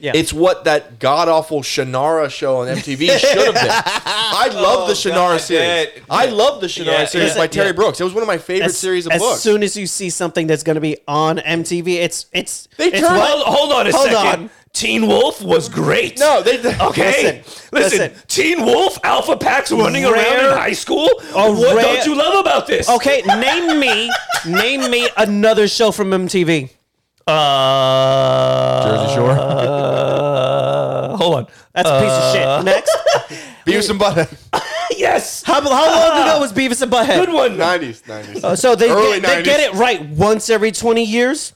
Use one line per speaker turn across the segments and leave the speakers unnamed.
Yeah.
It's what that god awful Shannara show on MTV should have been. I love the Shannara
God,
series.
yeah.
I love the Shannara
Yeah,
series
yeah,
by Terry
yeah.
Brooks. It was one of my favorite
As,
series of
as
books.
soon as you see something that's going to be on MTV, it's it's
They
it's
turned-
what-
Hold, hold on a
Hold
second.
on.
Teen Wolf was great.
no, they, they
Okay.
Listen,
Listen,
listen.
Teen Wolf, Alpha Packs running around
Rare-
in high school.
Oh,
what
rare-
don't you love about this?
Okay, name me name me another show from MTV.
Uh,
Jersey Shore.
Uh, hold on.
That's a piece of shit. Next,
Beavis and Butthead.
Yes.
Uh. how, how long ago was Beavis and Butthead?
Good one.
90s, 90s.
Uh, So they
Early
get, they
90s.
get it right once every twenty years.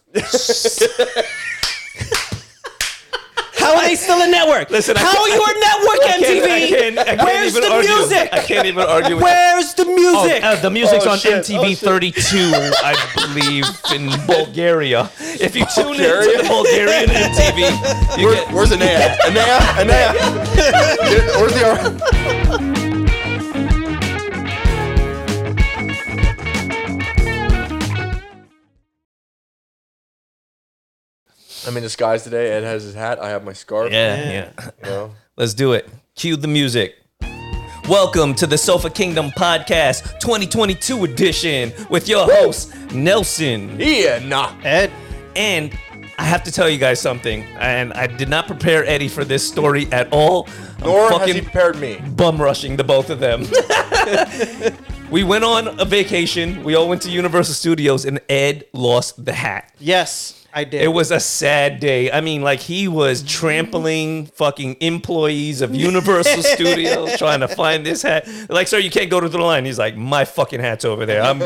How are they still a network?
Listen, I
how
can't-
are you a network
I can't- I
MTV?
can't- I can't
Where's
even
the
argue.
music?
I can't even argue with that.
Where's the music?
Oh, uh, the music's
Oh,
on
shit. Oh,
MTV
shit.
32, I believe, in Bulgaria. If you
Oh,
tune
Bulgaria?
into the Bulgarian MTV, you
Where,
get
where's Anaya? Anaya? Anaya? Get- where's the R? I'm in disguise today. Ed has his hat. I have my scarf.
yeah, yeah.
You know?
Let's do it. Cue the music. Welcome to the Sofa Kingdom Podcast 2022 edition with your host, Nelson.
Yeah, nah.
Ed,
And I have to tell you guys something, and I did not prepare Eddie for this story at all. I'm
Nor has
fucking
he prepared me.
bum rushing the both of them. we went on a vacation. We all went to Universal Studios, and Ed lost the hat.
yes, I did.
It was a sad day. I mean, like he was trampling fucking employees of Universal Studios trying to find this hat. Like, sir, you can't go to the line. He's like, my fucking hat's over there. I'm,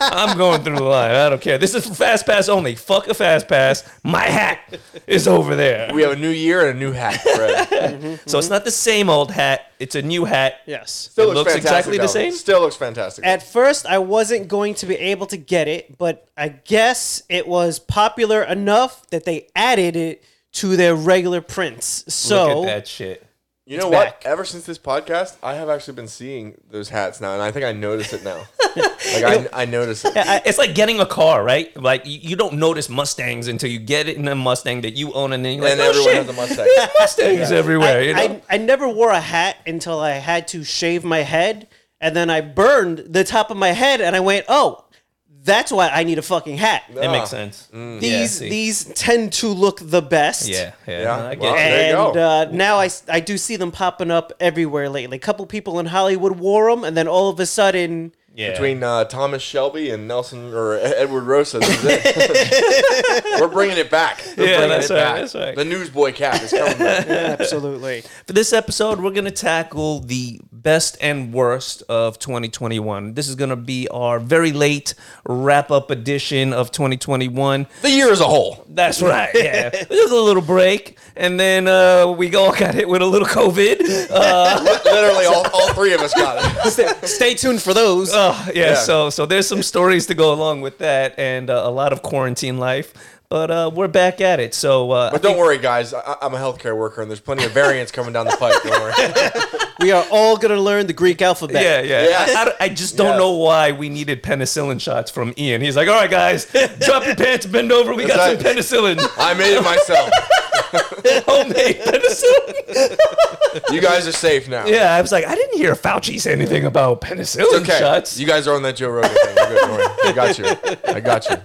I'm going through the line. I don't care. This is for fast pass only. Fuck a fast pass. My hat is over there.
We have a new year and a new hat, Fred.
So it's not the same old hat. It's a new hat.
yes.
Still
It looks exactly the
though.
same?
Still looks fantastic.
At first, I wasn't going to be able to get it, but I guess it was popular enough that they added it to their regular prints. So
Look at that shit.
you know what?
back.
Ever since this podcast, I have actually been seeing those hats now, and I think I notice it now. like I, I notice it.
I- it's like getting a car, right? Like you, you don't notice Mustangs until you get it in a Mustang that you own, and then you're like,
and
oh,
everyone
shit,
has a mustache.
Mustangs everywhere. you know?
I, I never wore a hat until I had to shave my head, and then I burned the top of my head, and I went, "Oh, that's why I need a fucking hat."
that makes sense.
Ah. Mm. These
see.
these tend to look the best.
Yeah, yeah.
Yeah,
I
wow.
get it.
There you
And
go.
uh, now I, s- I do see them popping up everywhere lately. A couple people in Hollywood wore them, and then all of a sudden,
Yeah.
Between uh, Thomas Shelby and Nelson or E- Edward Rosa, this is it. we're bringing it back. We're
Yeah,
bringing
that's
it
right,
back.
that's right.
The newsboy cap is coming back.
absolutely.
For this episode, we're going to tackle the best and worst of 2021. This is going to be our very late wrap up edition of 2021.
the year as a whole.
That's right. Yeah. we took a little break, and then uh, we all got hit with a little COVID. Uh,
Literally, all, all three of us got it.
Stay tuned for those.
Oh, yeah,
Yeah.
So so there's some stories to go along with that, and uh, a lot of quarantine life. But uh, we're back at it. So uh,
But don't worry, guys. I, I'm a healthcare worker, and there's plenty of variants coming down the pipe. Don't worry.
we are all gonna learn the Greek alphabet.
yeah, yeah.
Yes.
I, I don't- I just don't
Yes.
know why we needed penicillin shots from Ian. He's like, all right, guys, drop your pants, bend over. We got some
That's
penicillin,
I made it myself.
homemade penicillin.
You guys are safe now.
Yeah, I was like, I didn't hear Fauci say anything about penicillin
It's okay.
shots.
You guys are on that Joe Rogan thing. You're good. Don't worry. I got you. I got you.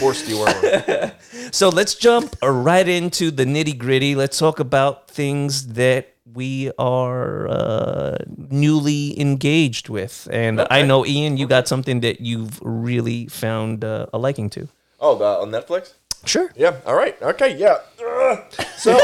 Horse dewormer.
So let's jump right into the nitty gritty. Let's talk about things that we are uh, newly engaged with. And I know, Ian, you got something that you've really found uh, a liking to.
Oh, the, on Netflix?
Sure.
Yeah. All right. Okay. Yeah. Ugh. So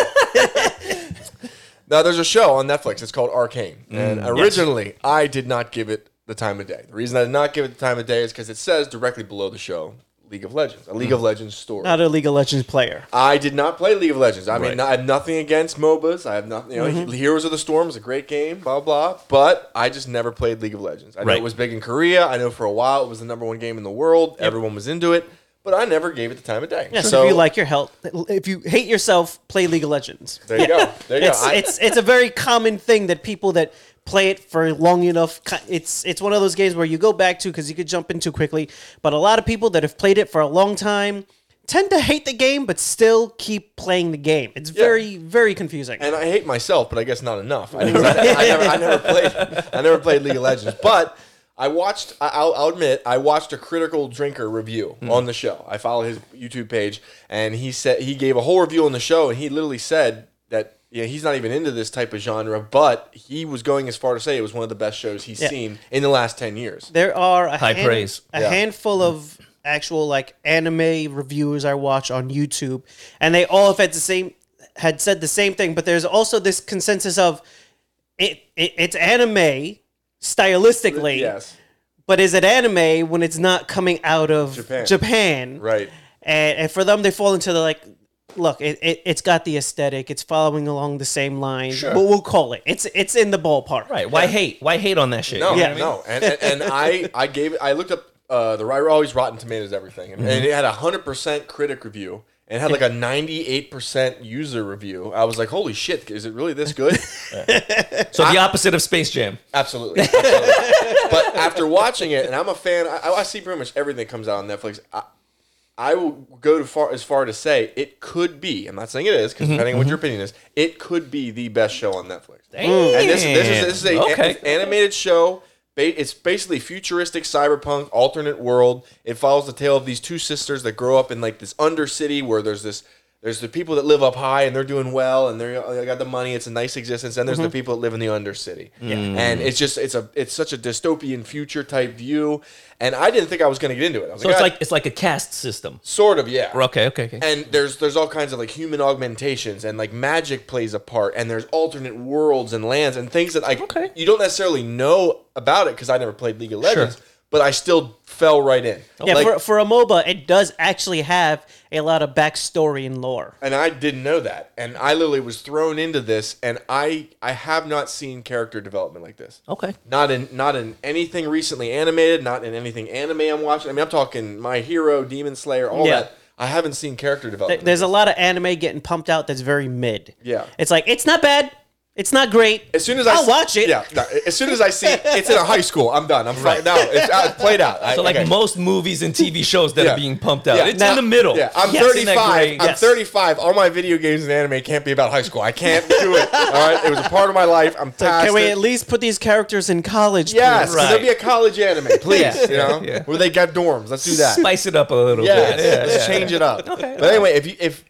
now there's a show on Netflix. It's called Arcane,
Mm,
and originally I did not give it the time of day. The reason I did not give it the time of day is because it says directly below the show League of Legends, a League
Mm.
of Legends
Ah,
story.
Not a League of Legends player.
I did not play League of Legends. I mean,
Right.
no- I have nothing against MOBAs. I have nothing. You know, Heroes of the Storm is a great game. Blah blah. But I just never played League of Legends. I know
Right.
it was big in Korea. I know for a while it was the number one game in the world. Everyone was into it. But I never gave it the time of day.
Yeah, so if you like your health, if you hate yourself, play League of Legends.
there you go. There you
It's
go. I-
it's it's a very common thing that people that play it for long enough. ki- It's it's one of those games where you go back to because you could jump in too quickly. But a lot of people that have played it for a long time, tend to hate the game but still keep playing the game. It's very very confusing.
and I hate myself, but I guess not enough. I, never, I, never, I never played. I never played League of Legends, but I watched. I, I'll, I'll admit, I watched a critical drinker review on the show. I follow his YouTube page, and he said he gave a whole review on the show, and he literally said that yeah, he's not even into this type of genre, but he was going as far to say it was one of the best shows he's seen in the last ten years.
There are a
High praise.
a
Yeah.
handful of actual like anime reviewers I watch on YouTube, and they all have had the same had said the same thing. But there's also this consensus of it, it it's anime stylistically,
Yes,
but is it anime when it's not coming out of
Japan.
Japan?
right.
And, and for them, they fall into the like. Look, it, it, it's got the aesthetic. It's following along the same line.
Sure.
But we'll call it. It's it's in the ballpark.
Right. Why hate? Why hate on that shit?
No,
You know
Yeah.
what I mean?
no. And, and, and I, I gave I looked up uh, the Ryra always Rotten Tomatoes everything, and, and it had a hundred percent critic review, and it had like a ninety eight percent user review. I was like, holy shit, is it really this good?
So the opposite of Space Jam.
Absolutely. Absolutely. but after watching it, and I'm a fan, I, I see pretty much everything that comes out on Netflix. I, I will go to far as far to say it could be. I'm not saying it is because depending on what your opinion is, it could be the best show on Netflix. Mm, And this, this is this is a
Okay.
an- animated show. Ba- It's basically futuristic cyberpunk alternate world. It follows the tale of these two sisters that grow up in like this undercity where there's this there's the people that live up high and they're doing well and they're, they got the money. It's a nice existence. And there's
Mm-hmm.
the people that live in the undercity.
Mm.
And it's just it's a it's such a dystopian future type view. And I didn't think I was going to get into it. I was
So
like,
it's
"Ah,
like it's like a caste system.
sort of yeah
Okay. Okay. Okay.
and there's there's all kinds of like human augmentations and like magic plays a part and there's alternate worlds and lands and things that like
Okay.
you don't necessarily know about it because I never played League of Legends, but I still fell right in.
Yeah,
Like,
for, for a MOBA, it does actually have a lot of backstory and lore.
and I didn't know that, and I literally was thrown into this, and I I have not seen character development like this.
Oh.
okay.
Not in not in anything recently animated, not in anything anime I'm watching. I mean, I'm talking My Hero, Demon Slayer, all
Yeah.
that. I haven't seen character development.
There's a lot of anime getting pumped out that's very mid.
Yeah.
It's like, it's not bad. It's not great.
As soon as I
I'll
s-
watch it.
yeah. no, as soon as I see it's in a high school, I'm done. I'm right now. It's out, played out. I-
So like
okay.
most movies and TV shows that
Yeah.
are being pumped out,
Yeah.
it's
Now-
in the middle.
yeah, I'm
Yes. Isn't that
35. I'm
great?
Yes.
35. All my video games and anime can't be about high school. I can't do it. All right, it was a part of my life. I'm past
Can we
it.
at least put these characters in college?
yes,
please?
right. there'll be a college anime, please.
Yeah.
You know,
Yeah.
where they got dorms. Let's do that.
Spice it up a little
Yes,
bit. Yeah,
let's
yeah.
change it up. But anyway, if you if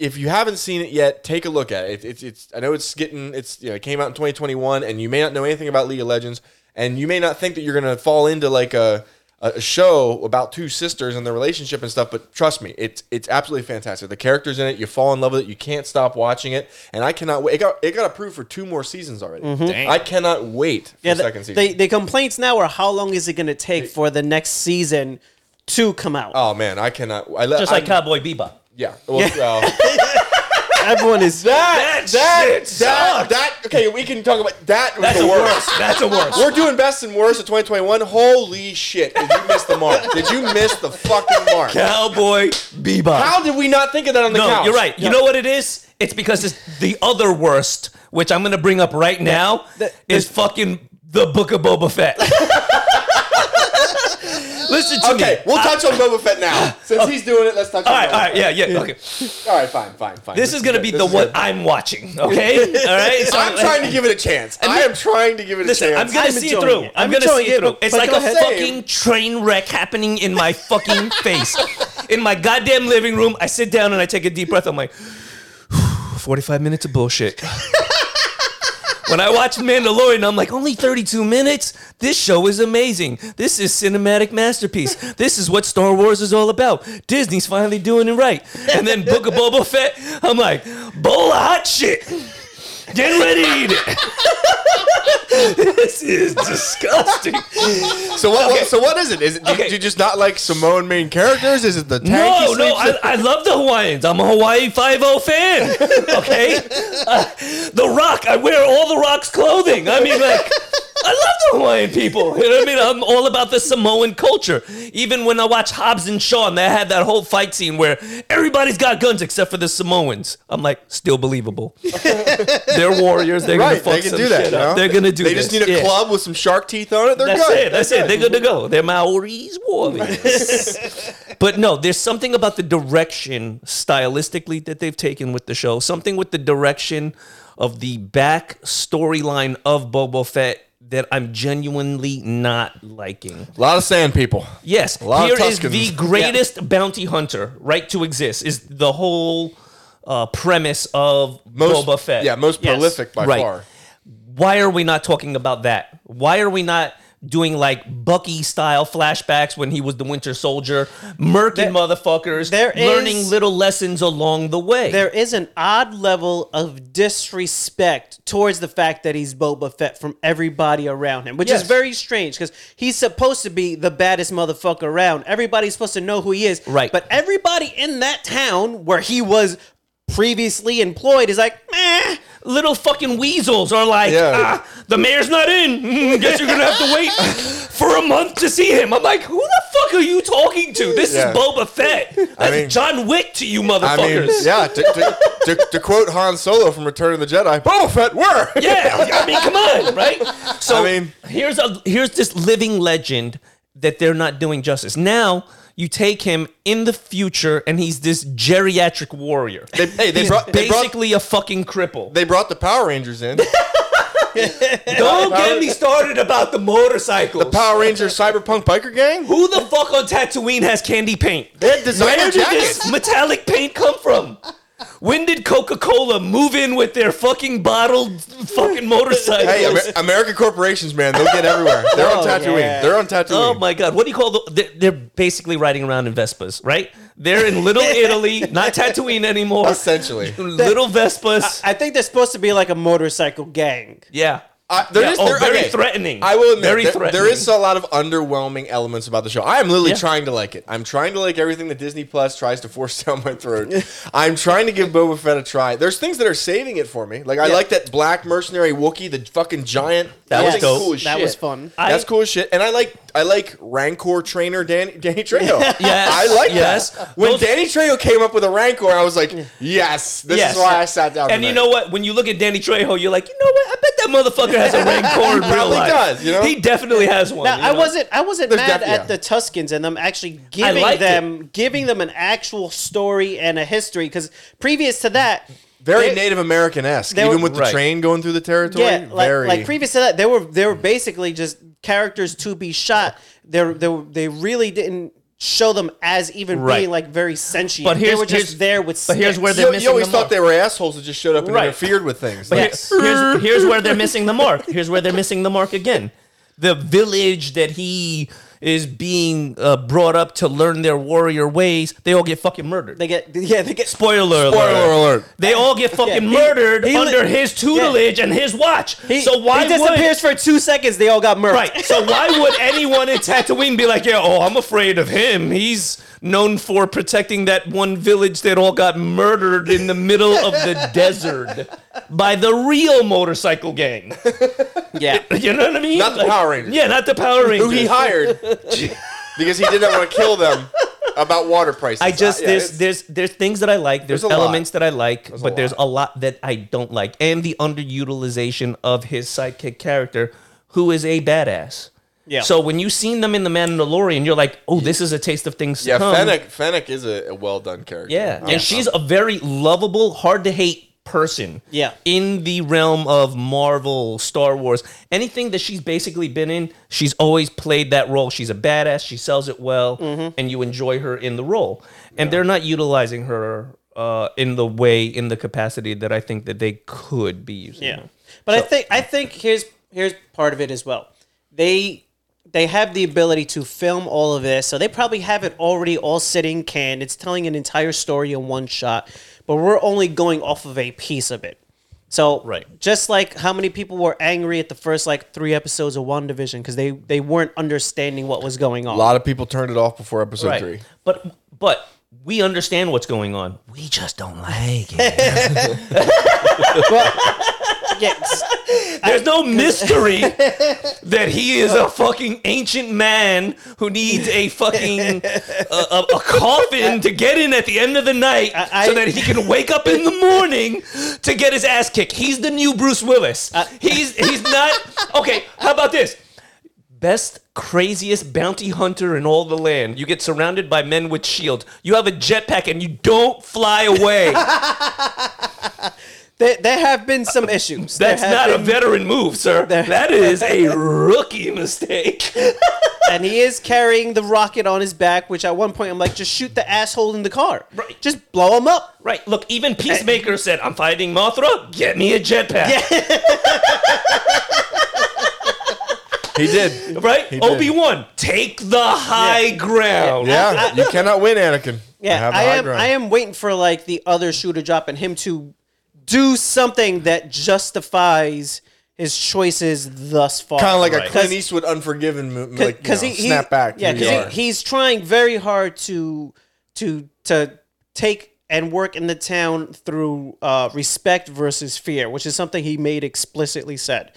if you haven't seen it yet, take a look at it. It's it's I know it's getting it's you know it came out in 2021, and you may not know anything about League of Legends, and you may not think that you're gonna fall into like a a show about two sisters and their relationship and stuff, but trust me, it's it's absolutely fantastic. The characters in it, you fall in love with it, you can't stop watching it, and I cannot wait. It got it got approved for two more seasons already.
Mm-hmm.
I cannot wait for
Yeah,
the second
the,
season.
the, the complaints now are how long is it going to take for the next season to come out?
oh man, I cannot. I let
Just like Cowboy Bebop.
yeah. Well, well,
Everyone is.
That
That
that
shit
that, that okay. We can talk about that. Was
That's
the
a
worst.
worse. That's a worse.
We're doing best and worst of 2021. Holy shit! Did you miss the mark? Did you miss the fucking mark?
Cowboy Bebop.
How did we not think of that on the
no,
couch?
you're right. You know what it is? It's because it's the other worst, which I'm gonna bring up right now, is fucking the Book of Boba Fett. Listen to me.
Okay, we'll touch on Boba Fett now since he's doing it. Let's touch.
Uh, All
on
right,
Boba
all right,
Fett.
yeah, yeah, okay.
All right, fine, fine, fine.
This is gonna
good.
be
This
the
is
one
good.
I'm watching, okay? All right? So-
I'm trying to give it a chance. I am trying to give it a
Listen, I'm
chance.
gonna
I'm
see it
enjoying
through.
it.
I'm,
I'm
gonna
enjoying
see it
it,
through. It's
but
like
go
a
ahead.
fucking train wreck happening in my fucking face. In my goddamn living room, I sit down and I take a deep breath. I'm like, 45 minutes of bullshit. when I watched Mandalorian, I'm like, only 32 minutes? This show is amazing. This is cinematic masterpiece. This is what Star Wars is all about. Disney's finally doing it right. And then Book of Boba Fett, I'm like, bowl of hot shit. Get ready to eat it. this is disgusting.
So what? what- So what is it? Is it? Do, you-
Okay.
do you just not like Samoan main characters? Is it the tank he
No,
sleeps
no,
in?
I, I love the Hawaiians. I'm a Hawaii Five O fan. Okay, Uh, the Rock. I wear all the Rock's clothing. I mean, like, I love the Hawaiian people. You know what I mean? I'm all about the Samoan culture. Even when I watch Hobbs and Shaw, and they had that whole fight scene where everybody's got guns except for the Samoans. I'm like, still believable. they're warriors. They're
Right,
gonna
they
fuck
can
some
do that.
shit
you know?
up. They're gonna do.
They
this.
just need a
Yeah.
club with some shark teeth on it. They're
That's
good.
it. That's it. They're good to go. They're Maori's warriors. but no, there's something about the direction stylistically that they've taken with the show. Something with the direction of the back storyline of Boba Fett that I'm genuinely not liking.
A lot of sand people.
Yes,
lot of
here is
Tuscans.
the greatest bounty hunter right to exist. Is the whole uh, premise of
Most,
Boba Fett?
Yeah, most
Yes.
prolific by
Right.
far.
why are we not talking about that? Why are we not doing like Bucky style flashbacks when he was the Winter Soldier, murking motherfuckers,
there is-
learning little lessons along the way?
There is an odd level of disrespect towards the fact that he's Boba Fett from everybody around him, which
Yes.
is very strange because he's supposed to be the baddest motherfucker around. Everybody's supposed to know who he is.
Right.
But everybody in that town where he was previously employed is like, meh.
little fucking weasels are like,
Yeah.
ah, the mayor's not in. Mm, guess you're gonna have to wait for a month to see him. I'm like, who the fuck are you talking to? This
Yeah.
is Boba Fett. That's
mean-
John Wick to you,
I mean,
motherfuckers.
yeah. To, to, to, to quote Han Solo from Return of the Jedi, Boba Fett, where?
Yeah, I mean, come on, right? So
I mean-
here's a here's this living legend that they're not doing justice. Now you take him in the future, and he's this geriatric warrior.
They, hey, they
he's
brought, they, brought,
basically a fucking cripple.
they brought the Power Rangers in.
Don't get me started about the motorcycles.
Power Rangers Cyberpunk Biker Gang?
Who the fuck on Tatooine has candy paint?
They had designer
Where did
jackets.
this metallic paint come from? When did Coca Cola move in with their fucking bottled fucking motorcycles?
Hey, Amer- American corporations, man, they'll get everywhere. They're on
Oh,
Tatooine.
yeah.
They're on Tatooine.
Oh my god, what do you call the? They're, they're basically riding around in Vespas, right? They're in Little Italy, not Tatooine anymore.
Essentially,
Little Vespas.
I think they're supposed to be like a motorcycle gang.
yeah.
I, there
Yeah,
is-
oh,
there-
very
okay.
threatening.
I will admit,
Very
there- there
threatening.
is a lot of underwhelming elements about the show. I am literally
Yeah.
trying to like it. I'm trying to like everything that Disney Plus tries to force down my throat. I'm trying to give Boba Fett a try. There's things that are saving it for me. Like I like that black mercenary Wookiee, the fucking giant.
That was
thing's
dope.
cool as
That
shit.
was fun.
I-
That's cool as shit. And I like I like Rancor trainer Danny, Danny Trejo.
Yes,
I like
yes.
that. When
Those-
Danny Trejo came up with a Rancor, I was like, yes, this
Yes.
is why I sat down.
And you
tonight.
know what? When you look at Danny Trejo, you're like, you know what? I bet that motherfucker has a rancor in
He
real
probably
life.
does, you know?
He definitely has one.
Now,
you
I
know?
wasn't I wasn't
There's
mad
def-
at
yeah.
the Tuscans and them actually giving
liked
them giving them an actual story and a history because previous to that,
very
they-
Native American esque,
they
even
were-
with the
Right.
train going through the territory.
yeah, like,
very
like previous to that, they were they
Mm.
were basically just characters to be shot. They were- they were- they really didn't show them as even
Right.
being like very sentient.
But
they
here's-
were
here's-
just there with.
but here's where
sticks.
they're
you,
missing
you always
the
thought
mark.
they were assholes that just showed up and
Right.
interfered with things.
But
Like,
he- here's, here's where they're missing the mark. Here's where they're missing the mark again. The village that he is being uh, brought up to learn their warrior ways, they all get fucking murdered.
they get yeah they get
Spoiler,
Spoiler
alert.
alert.
They all get fucking
he-
murdered
he li-
under his tutelage and his watch.
he,
so why
he disappears
would
for two seconds? They all got murdered.
right? So why would anyone in Tatooine be like, "Yeah, oh, I'm afraid of him. He's known for protecting that one village that all got murdered in the middle of the desert by the real motorcycle gang."
Yeah.
You know what I mean?
Not the Power Rangers.
Yeah, not the Power Rangers.
Who he hired because he didn't want to kill them about water prices.
I just
Uh, yeah,
there's
it's-
there's there's things that I like. There's,
There's a lot.
elements that I like, but
a
there's
lot.
a lot that I don't like, and the underutilization of his sidekick character, who is a badass.
Yeah.
So when you seen them in the Mandalorian, you're like, oh, this is a taste of things to
yeah.
come.
Fennec Fennec is a, a well done character.
Yeah.
Um,
And she's a very lovable, hard to hate person.
Yeah.
In the realm of Marvel, Star Wars, anything that she's basically been in, she's always played that role. She's a badass, she sells it well,
Mm-hmm.
and you enjoy her in the role. And they're not utilizing her uh, in the way, in the capacity that I think that they could be using.
Yeah,
her.
but I think I think here's here's part of it as well. They they have the ability to film all of this, so they probably have it already all sitting canned. It's telling an entire story in one shot, but we're only going off of a piece of it. So
Right.
just like how many people were angry at the first like three episodes of One Division because they they weren't understanding what was going on.
a lot of people turned it off before episode
Right.
three.
But but we understand what's going on. We just don't like it.
Well, yeah, s-
There's no mystery that he is a fucking ancient man who needs a fucking a, a, a coffin to get in at the end of the night
I-
so that he can wake up in the morning to get his ass kicked. He's the new Bruce Willis.
Uh,
he's he's not okay. How about this? Best craziest bounty hunter in all the land. You get surrounded by men with shields. You have a jetpack and you don't fly away.
there, there have been some issues. There
That's
have
not a
been-
veteran move, sir. That is a rookie mistake.
and he is carrying the rocket on his back, which at one point I'm like, just shoot the asshole in the car.
Right.
Just blow him up.
right. Look, even Peacemaker said, I'm fighting Mothra. Get me a jetpack.
He did.
Right?
did.
Obi Wan, take the high ground.
Yeah, you cannot win, Anakin.
Yeah,
have the
I
high
am.
ground.
I am waiting for like the other shoe to drop and him to do something that justifies his choices thus far.
Kind of like
Right.
a
'Cause-
Clint Eastwood unforgiven movement, like you
because
know,
he, he
snap back.
Yeah,
Here you
because
are.
he, he's trying very hard to to to take and work in the town through uh, respect versus fear, which is something he made explicitly said.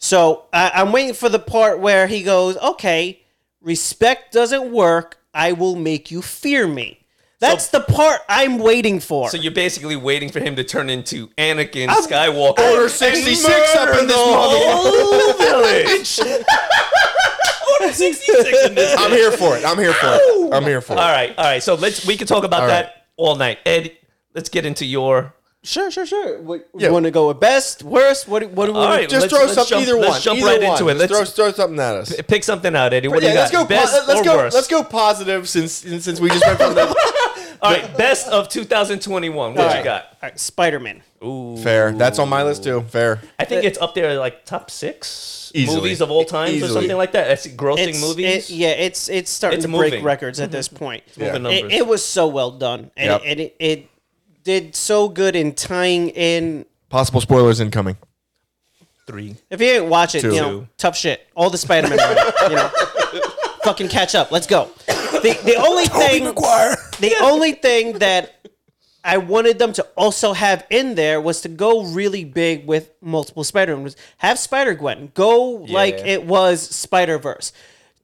So I, I'm waiting for the part where he goes, "Okay, respect doesn't work. I will make you fear me." That's the part I'm waiting for.
So you're basically waiting for him to turn into Anakin
I'm-
Skywalker.
Order
and
66 up
murder
in this
the whole village.
Oh,
Order 66 in this
I'm here for it. I'm here for it. I'm here for it.
All right, all right. So let's we can talk about
All
that
right.
all night. Ed, let's get into your
sure, sure, sure. What,
Yeah.
You want to go with best, worst? What? What do we?
All right,
Just
let's-
throw
let's
something.
jump-
either
let's
one.
jump
either
right
one.
into it.
Just
Let's-
throw, throw something at us.
pick something out, Eddie. What
yeah,
do you
let's
got?
go. po-
Best
let's
or
go.
worst?
Let's go positive since since we just went from the
All right, best of 2021. What
All
you
right.
got?
All right, Spider Man.
fair. That's on my list too. Fair.
I think it's up there like top six
Easily.
movies of all time or
Easily.
something like that. That's grossing
E-, It's-
movies.
it- yeah, it's it's starting
It's
to break
moving.
records at this point.
moving
Mm-hmm. yeah.
numbers.
It, it was so well done, and,
Yep.
and it, it did so good in tying in.
Possible spoilers incoming.
Three.
If you didn't watch it,
Two.
you know, tough shit. All the Spider Man, you know, fucking catch up. Let's go. The the only thing
McGuire.
the only thing that I wanted them to also have in there was to go really big with multiple Spider Man. Have Spider Gwen go like it was Spider Verse.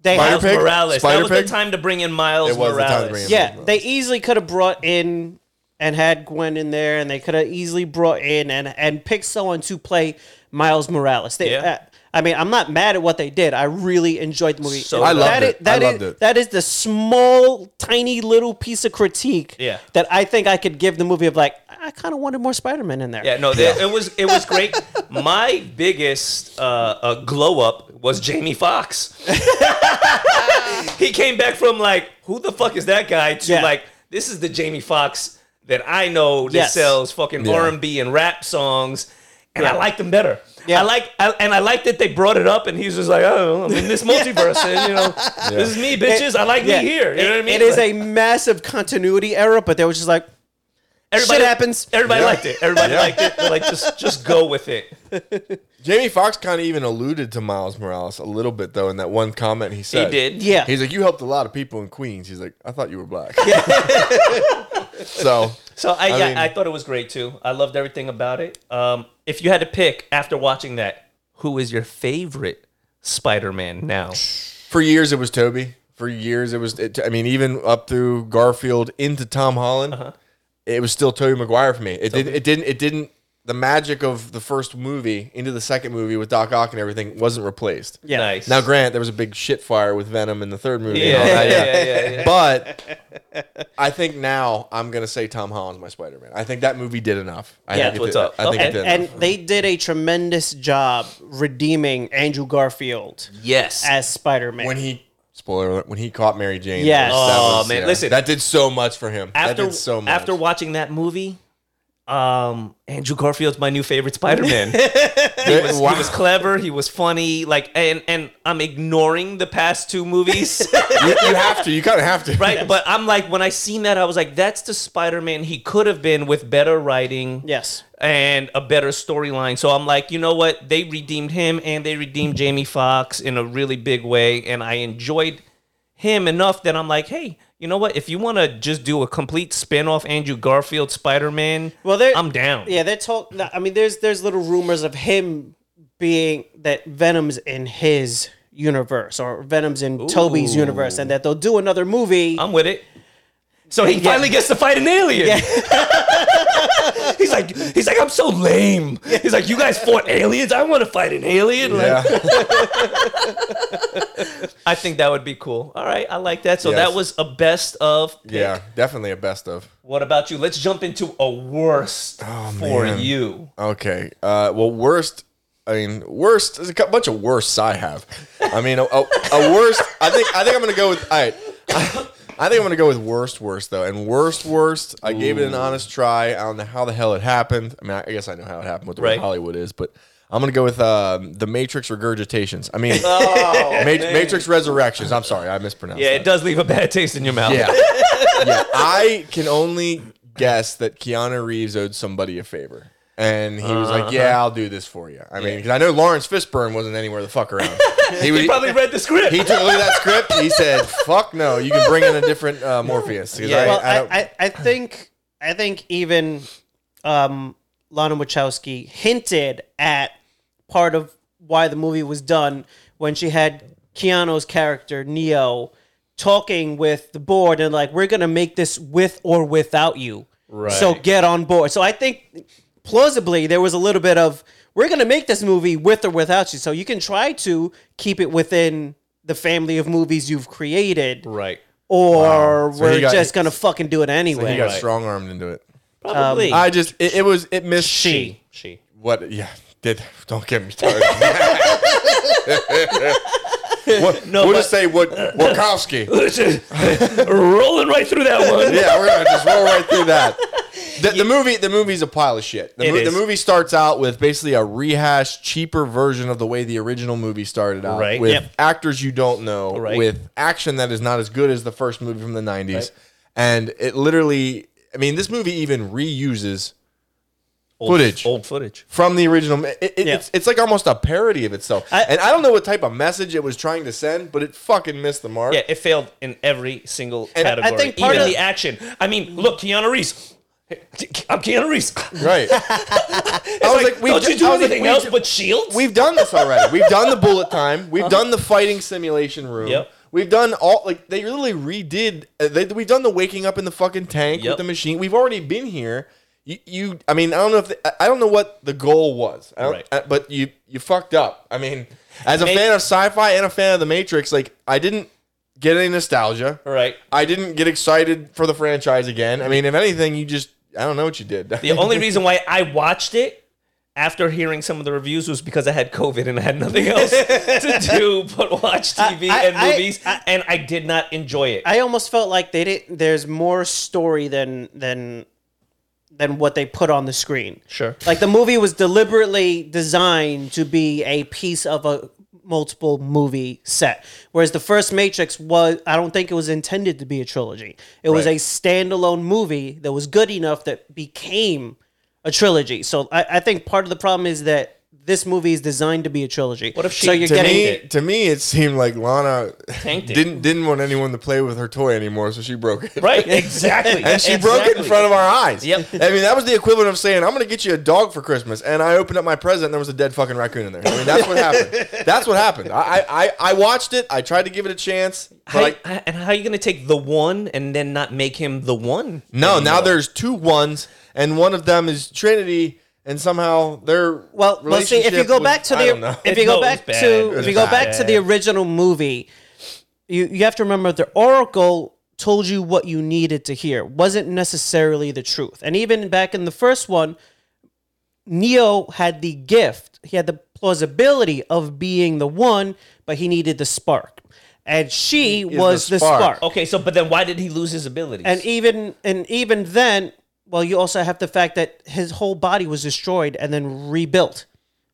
They
Spider
have
Miles
Pig?
Morales. that
Spider
was
Pig?
the time to bring in Miles
It was the time
Morales.
to bring in
Yeah, they easily could have brought in and had Gwen in there, and they could have easily brought in and and picked someone to play Miles Morales. They,
Yeah.
uh, I mean, I'm not mad at what they did. I really enjoyed the movie.
So I
loved
that
it.
is- that
I
is-
loved it.
That is the small, tiny little piece of critique
Yeah.
that I think I could give the movie of like, I kind of wanted more Spider-Man in there.
Yeah, no, they- it was it was great. My biggest uh, uh, glow up was Jamie Foxx. he came back from like, who the fuck is that guy? To
Yeah.
like, this is the Jamie Foxx that I know that
Yes.
sells fucking
Yeah.
R and B and rap songs, and I
Yeah.
liked him better.
Yeah.
I like, I, and I like that they brought it up, and he's just like, oh, I'm in this multiverse, and you know, this is me, bitches. I like
Yeah.
me here. You
It-
know what I mean?
It is
Like,
a massive continuity error, but they were just like, shit happens.
Everybody
Yeah.
liked it. Everybody
Yeah.
liked it. They're like, just just go with it.
Jamie Foxx kind of even alluded to Miles Morales a little bit though in that one comment he
He
said.
did.
Yeah,
He's like, you helped a lot of people in Queens. He's like, I thought you were black. so
So I, yeah,
mean-
I thought it was great too. I loved everything about it. Um, if you had to pick after watching that, who is your favorite Spider-Man now?
for years it was Toby. For years it was. It, I mean, even up through Garfield into Tom Holland,
Uh-huh.
it was still Toby Maguire for me. It, did, it didn't. It didn't. The magic of the first movie into the second movie with Doc Ock and everything wasn't replaced.
Yeah.
Nice.
Now, grant there was a big shit fire with Venom in the third movie. and
yeah,
all
yeah,
that,
yeah, yeah, yeah.
But I think now I'm gonna say Tom Holland's my Spider Man. I think that movie did enough. I
Yeah,
think
that's what's
did,
up.
I think
Okay.
it did.
and
enough.
they did a tremendous job redeeming Andrew Garfield
Yes.
as Spider-Man.
when he spoiler alert, when he caught Mary Jane.
Yes.
that was- that
Oh,
was-
man,
yeah,
listen.
that did so much for him. After, that
after
did so much.
after watching that movie, um, Andrew Garfield's my new favorite Spider-Man.
There-
He was clever. He was funny. Like, and and I'm ignoring the past two movies.
you, you have to. You kind of have to.
right? But I'm like, when I seen that, I was like, that's the Spider-Man he could have been with better writing,
yes.
and a better storyline. So I'm like, you know what? They redeemed him, and they redeemed Jamie Foxx in a really big way, and I enjoyed him enough that I'm like, hey, you you know what? If you want to just do a complete spin-off Andrew Garfield Spider-Man,
Well, they're
I'm down.
Yeah, they're talking. I mean, there's there's little rumors of him being that Venom's in his universe or Venom's in Toby's universe, and that they'll do another movie.
I'm with it. So he
Yeah.
finally gets to fight an alien. he's like, he's like, I'm so lame. He's like, you guys fought aliens. I want to fight an alien. Like,
Yeah.
I think that would be cool. All right, I like that. So
Yes.
that was a best of. pick.
yeah, definitely a best of.
What about you? Let's jump into a worst for
Oh, man.
you.
Okay. Uh, well, worst. I mean, worst. There's a cou- bunch of worsts I have. I mean, a, a, a worst. I think. I think I'm gonna go with. All right. I think I'm gonna go with worst, worst though. And worst, worst. I gave it an honest try. I don't know how the hell it happened. I mean, I guess I know how it happened with the way
Right.
Hollywood is, but I'm gonna go with um, the Matrix regurgitations. I mean, Ma- Matrix Resurrections. I'm sorry, I mispronounced.
Oh, Yeah,
that.
it does leave a bad taste in your mouth.
Yeah. yeah. I can only guess that Keanu Reeves owed somebody a favor. And he was like, Yeah, I'll do this for you. I mean, 'cause I know Lawrence Fishburne wasn't anywhere the fuck around. He, was,
He probably read the script.
he took a look at that script. He said, Fuck no, you can bring in a different uh, Morpheus. 'Cause I-
well,
I don't-
I, I, I think I think even um, Lana Wachowski hinted at part of why the movie was done when she had Keanu's character Neo talking with the board and like we're gonna make this with or without you. Right. So get on board. So I think plausibly there was a little bit of we're gonna make this movie with or without you. So you can try to keep it within the family of movies you've created
right.
or
So he
we're
got-
just gonna fucking do it
he
anyway.
got strong armed into it.
Probably.
I just, it, it was, it missed.
she.
Um, she.
What? Yeah. Did, don't get me started. what,
No,
we'll
but-
just say what Wachowski.
Rolling right through that one.
yeah, we're gonna just roll right through that. The, the movie, the movie's a pile of shit. The,
It
mo- the
is.
movie starts out with basically a rehashed, cheaper version of the way the original movie started out,
Right.
With
Yep.
actors you don't know,
Right.
with action that is not as good as the first movie from the '90s, and it literally. I mean, this movie even reuses
Old-
Footage.
Old footage.
from the original. It, it,
Yeah.
it's, it's like almost a parody of itself,
I-
and I don't know what type of message it was trying to send, but it fucking missed the mark.
Yeah, it failed in every single
And I- I
category.
think part
Even
of-
the action. I mean, look, Keanu Reeves. I'm Keanu Reeves.
Right. I was like, we
don't
ju-
you do
I was like,
anything
we
else
ju-
but shields?
We've done this already. We've done the bullet time. We've done the fighting simulation room.
Yep.
We've done all like they literally redid. uh, They, we've done the waking up in the fucking tank with
Yep.
the machine. We've already been here. You, you I mean, I don't know if the, I- I don't know what the goal was. I don't,
Right.
uh, but you you fucked up. I mean, as a
Ma-
fan of sci-fi and a fan of the Matrix, like I didn't get any nostalgia.
Right.
I didn't get excited for the franchise again. I mean, if anything, you just I don't know what you did.
The only reason why I watched it after hearing some of the reviews was because I had COVID and I had nothing else to do but watch TV
I-
and
I-
movies, and I did not enjoy it.
I almost felt like they didn't. There's more story than than than what they put on the screen.
Sure.
Like the movie was deliberately designed to be a piece of a multiple movie set, whereas the first Matrix was. I don't think it was intended to be a trilogy. It was a
Right.
standalone movie that was good enough that became a trilogy. So I, I think part of the problem is that this movie is designed to be a trilogy. What
if she
so you're
did-
to
getting
me,
it.
to me, it seemed like Lana
Tanked it.
didn't didn't want anyone to play with her toy anymore, so she broke it.
Right, exactly.
And she broke it in front of our eyes.
Yep.
I mean, that was the equivalent of saying, "I'm going to get you a dog for Christmas," and I opened up my present, and there was a dead fucking raccoon in there. I mean, that's what happened. That's what happened. I I, I- I watched it. I tried to give it a chance. But
How,
like,
I- and how are you going to take the one and then not make him the one?
no, now there's two ones, and one of them is Trinity, and somehow their
Well, let's see. If you
relationship
go
was-
back to
I don't
the
know.
if you go
No, it was
back
bad. It
to
was
if you go
bad.
back to the original movie, you you have to remember the Oracle told you what you needed to hear wasn't necessarily the truth. And even back in the first one, Neo had the gift. He had the plausibility of being the one, but he needed the spark. And she
is
was
the
the
spark.
spark.
Okay, so but then why did he lose his abilities?
And even and even then, well, you also have the fact that his whole body was destroyed and then rebuilt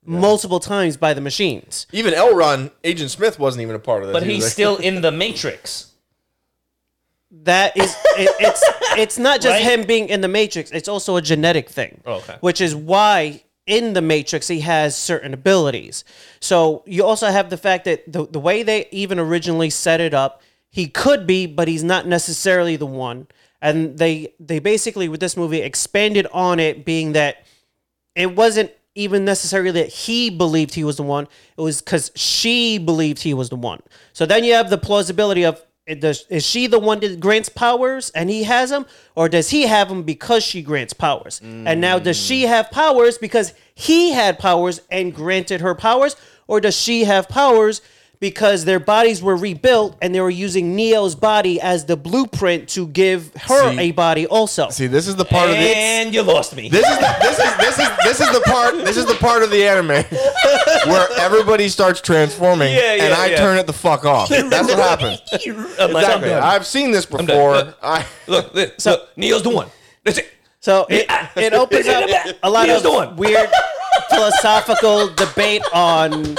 multiple times by the machines.
even Elron, Agent Smith wasn't even a part of this.
but
He was
he's
like-
still in the Matrix.
That is, it, it's it's not just
Right? Oh,
him being in the Matrix. It's also a genetic thing,
Okay.
which is why in the Matrix he has certain abilities. So you also have the fact that the the way they even originally set it up, he could be, but he's not necessarily the one. And they they basically with this movie expanded on it being that it wasn't even necessarily that he believed he was the one. It was because she believed he was the one. So then you have the plausibility of it does, is she the one that grants powers and he has them, or does he have them because she grants powers? And now does she have powers because he had powers and granted her powers, or does she have powers? Because their bodies were rebuilt and they were using Neo's body as the blueprint to give her
See-
a body also.
See, this is the part of the
And you lost me.
This is the, this is this is this is the part this is the part of the anime where everybody starts transforming
Yeah, yeah,
and I
yeah.
turn it the fuck off. That's what happens.
I'm like,
Exactly. I've seen this
done.
before.
Look.
I
Look, look, so Neo's the one. That's it.
So it, it opens up a lot of
Neil's the one.
weird philosophical debate on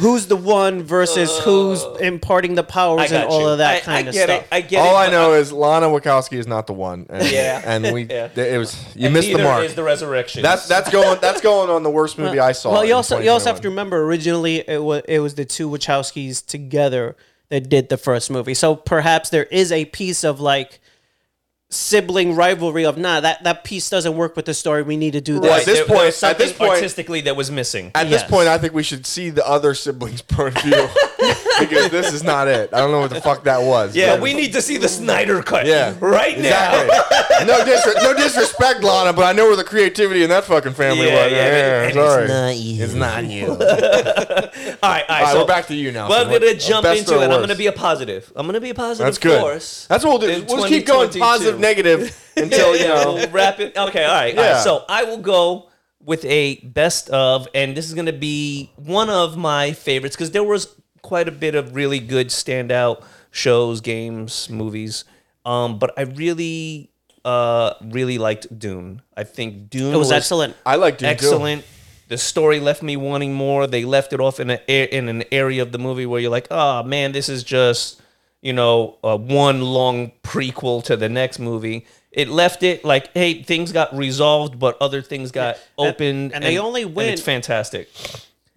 who's the one versus who's imparting the
Uh, I
powers
got
and all
you.
of
I-
that kind
I
of
get
stuff.
It. I get it.
all I
but
know is Lana Wachowski is not the one. And,
Yeah.
and we
Yeah.
it was you missed the
neither
mark.
Is the resurrection.
that's that's going that's going on the worst movie I saw.
well, you
in
also you also have
2021.
to remember originally it was it was the two Wachowskis together that did the first movie. So perhaps there is a piece of like sibling rivalry of nah that that piece doesn't work with the story. We need to do this.
Right, this
There- there
point-
was
at this
something
point-
artistically that was missing.
At this
Yes.
point, I think we should see the other siblings' point of view because this is not it. I don't know what the fuck that was.
Yeah,
but-
we need to see the Snyder cut.
Yeah.
right now.
Exactly. no, disres- no disrespect, Lana, but I know where the creativity in that fucking family
Yeah,
was.
yeah,
Yeah,
and
sorry.
you.
It's not you. all
All right, all right.
right,
so
we're back to you now.
Well,
Sam.
I'm gonna
What-
jump
best
into
or
it. I'm
worst?
gonna be a positive. I'm gonna be a positive
That's good.
force.
That's what we'll do.
in
We'll just keep going
2022.
positive, negative until you
yeah,
know.
we'll wrap it. Okay, all right, all right.
Yeah.
So I will go with a best of, and this is going to be one of my favorites because there was quite a bit of really good standout shows, games, movies. Um, but I really, uh, really liked Dune. I think Dune
It was excellent.
I like Dune
excellent. The story left me wanting more. They left it off in a in an area of the movie where you're like, oh man, this is just you know uh, one long prequel to the next movie. It left it like, hey, things got resolved, but other things got opened,
and they only win-
it's fantastic.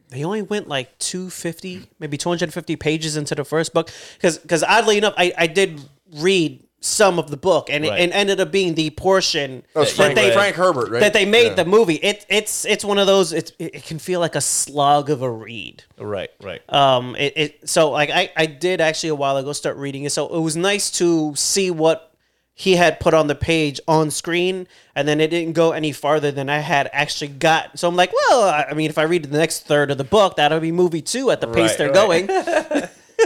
they only went like 250 maybe 250 pages into the first book because oddly enough I, I did read some of the book and
Right.
it, and ended up being the portion
That was Oh, Frank,
they,
Frank Herbert, right?
that they made
Yeah.
the movie it, it's it's one of those it, it it can feel like a slog of a read
Right, right.
um it, it so like I, I did actually a while ago start reading it so it was nice to see what he had put on the page on screen and then it didn't go any farther than i had actually got so i'm like well i I mean if i read the next third of the book that'll be movie two at the pace
Right,
they're
right.
going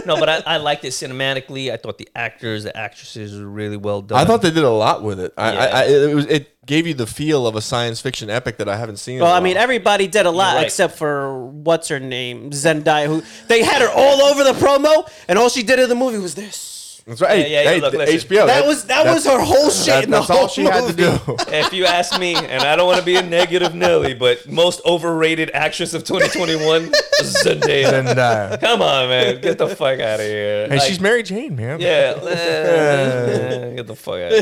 no, but I, I liked it cinematically. I thought the actors, the actresses were really well done.
I thought they did a lot with it. I,
Yeah.
I, I it was it gave you the feel of a science fiction epic that I haven't seen. in a
well i
while.
mean everybody did a lot
You're right.
except for what's her name zendaya who they had her all over the promo and all she did in the movie was this
that's right. Hey,
Yeah, yeah, yeah,
hey,
look,
the
listen.
HBO.
that was that was her whole shit
that-
in the
that's
whole
all she
movie.
had to do.
if you ask me, and I don't want to be a negative Nelly, but most overrated actress of 2021, Zendaya.
and uh,
Come on, man, get the fuck out of here.
hey,
Like,
she's Mary Jane, man.
yeah, eh, get the fuck out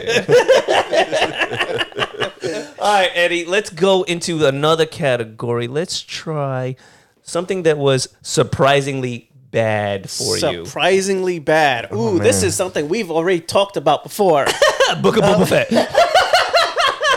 of here. All right, Eddie, let's go into another category. Let's try something that was surprisingly bad for you. Oh,
surprisingly bad. Ooh, this is something we've already talked about before.
Book of Boba Fett.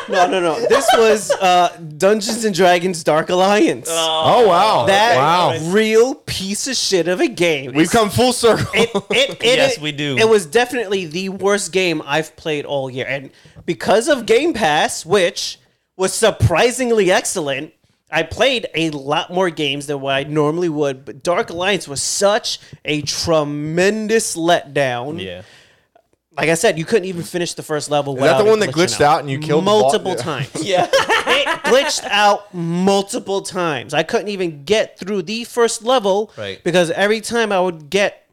no, no, no. This was uh, Dungeons and Dragons Dark Alliance.
Oh wow.
that
wow.
real piece of shit of a game.
We've come full circle.
It- it- it-
Yes,
it-
we do.
It was definitely the worst game I've played all year, and because of Game Pass, which was surprisingly excellent, I played a lot more games than what I normally would. But Dark Alliance was such a tremendous letdown.
Yeah.
like I said, you couldn't even finish the first level.
Is that the
without it
one that glitched
glitching
out and you killed the ball?
multiple
Yeah.
times?
Yeah.
it glitched out multiple times. I couldn't even get through the first level
Right.
because every time I would get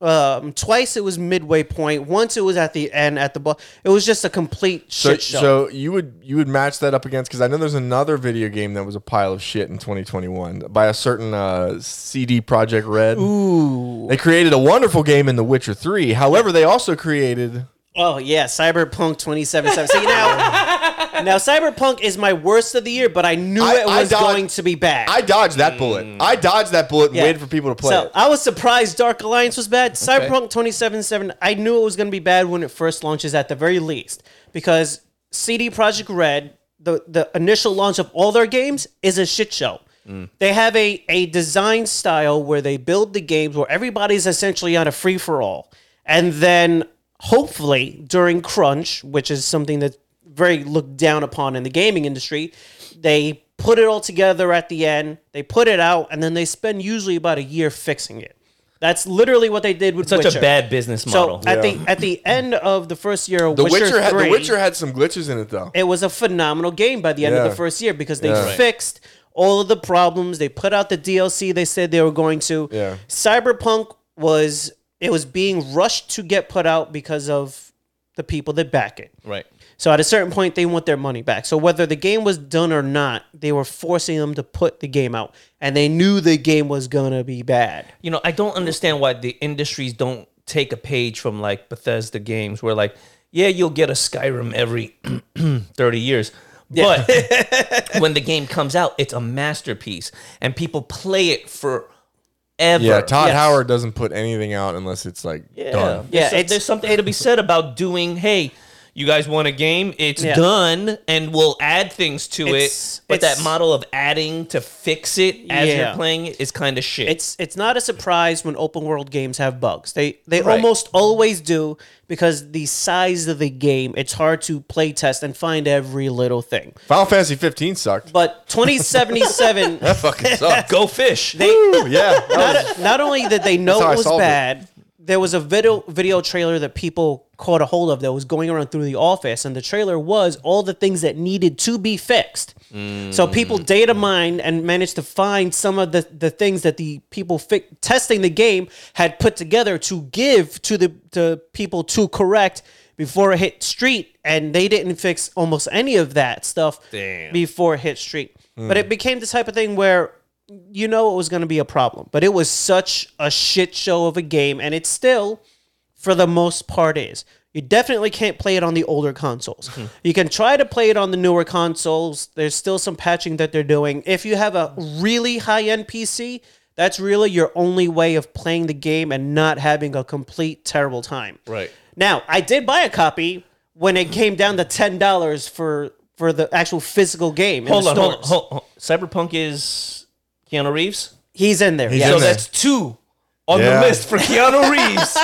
um, twice it was midway point, once it was at the end at the ball. It was just a complete
So,
shit show.
so you would you would match that up against because I know there's another video game that was a pile of shit in 2021 by a certain uh, CD Project Red. Ooh, they created a wonderful game in The Witcher 3. However, they also created
oh yeah, Cyberpunk 2077. So you know Now, Cyberpunk is my worst of the year, but I knew
I-
it
I
was
dodged-
going to be bad.
I dodged that bullet. I dodged that bullet and
Yeah.
waited for people to play
so
it.
I was surprised Dark Alliance was bad. Cyberpunk 2077, I knew it was going to be bad when it first launches at the very least because CD Projekt Red, the, the initial launch of all their games is a shit show.
Mm.
They have a, a design style where they build the games where everybody's essentially on a free for all. And then hopefully during crunch, which is something that's very looked down upon in the gaming industry, they put it all together at the end, they put it out, and then they spend usually about a year fixing it. That's literally what they did with
Such
Witcher.
a bad business
So uh,
model.
at the at the end of the first year, of
The
Witcher,
Witcher, had,
three,
the Witcher had some glitches in it though.
it was a phenomenal game by the end of
Yeah.
the first year because they
Yeah. Right.
fixed all of the problems. They put out the DLC they said they were going to.
Yeah.
Cyberpunk was it was being rushed to get put out because of the people that back it.
right.
So at a certain point, they want their money back. So whether the game was done or not, they were forcing them to put the game out, and they knew the game was gonna be bad.
you know, I don't understand why the industries don't take a page from like Bethesda games where like, yeah, you'll get a Skyrim every 30 years. But when the game comes out, it's a masterpiece and people play it forever.
Yeah, Todd
Yes.
Howard doesn't put anything out unless it's like done.
Yeah,
Yeah,
it's-
there's something to be said about doing, hey, you guys want a game? It's
Yeah.
done, and we'll add things to
It's-
it. But that
it's-
model of adding to fix it as
Yeah.
you're playing it is kind of shit.
It's it's not a surprise when open world games have bugs. They they
Right.
almost always do because the size of the game, it's hard to play test and find every little thing.
Final Fantasy 15 sucked.
But 2077
That fucking sucked.
Go fish.
Woo, yeah, that was-
not, not only did they know
how I
it was
solved it.
bad, there was a video video trailer that people caught a hold of that was going around through the office, and the trailer was all the things that needed to be fixed. So people data mined and managed to find some of the, the things that the people fi- testing the game had put together to give to the to people to correct before it hit street, and they didn't fix almost any of that stuff
Damn.
before it hit street. But it became the type of thing where you know it was going to be a problem, but it was such a shit show of a game, and it still, for the most part, is. You definitely can't play it on the older consoles. You can try to play it on the newer consoles. There's still some patching that they're doing. If you have a really high end PC, that's really your only way of playing the game and not having a complete terrible time.
Right.
Now, I did buy a copy when it came down to ten dollars for for the actual physical game. in
hold
the
on, hold on,
stores.
hold on. Cyberpunk is Keanu Reeves.
He's in there.
in
yes.
so
there.
that's two on
Yeah.
the list for Keanu Reeves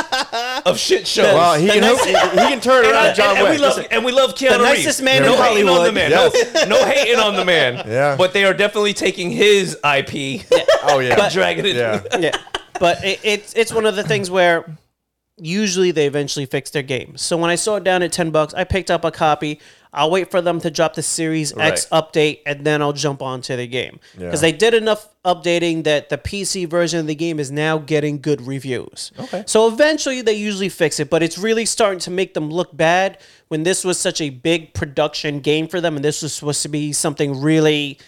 of shit shows.
Well, he can,
And that's-
hope, he can turn it
and,
around, John
and we
Wick.
love and we love Keanu Reeves.
nicest man
no
in
hating on the
Hollywood.
man. No, no hating on the man.
Yeah.
But they are definitely taking his IP
Oh yeah,
and dragging it.
yeah.
yeah. But it, it's it's one of the things where usually they eventually fix their game. So when I saw it down at ten bucks, I picked up a copy. I'll wait for them to drop the Series X update, and then I'll jump onto the game
Yeah.
because they did enough updating that the PC version of the game is now getting good reviews. Okay. So eventually they usually fix it, but it's really starting to make them look bad when this was such a big production game for them, and this was supposed to be something really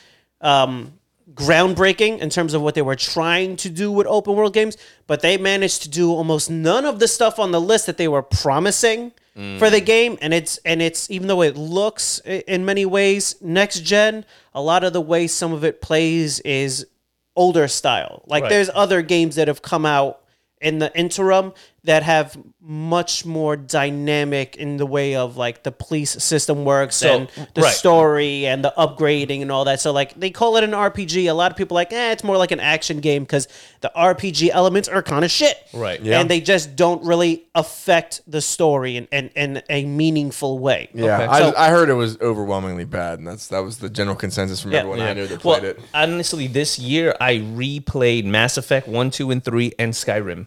um, groundbreaking in terms of what they were trying to do with open world games, but they managed to do almost none of the stuff on the list that they were promising for the game. And it's and it's even though it looks i- in many ways next gen, a lot of the way some of it plays is older style. Like
Right.
there's other games that have come out in the interim that have much more dynamic in the way of like the police system works and the
right.
story and the upgrading and all that. So like they call it an RPG. A lot of people are like, eh, it's more like an action game because the RPG elements are kind of shit.
Right.
Yeah.
And they just don't really affect the story in, in, in a meaningful way.
Yeah,
Okay.
I,
So-
I heard it was overwhelmingly bad, and that's that was the general consensus from everyone I knew that played
well,
it.
Honestly, this year I replayed Mass Effect 1, 2, and 3 and Skyrim.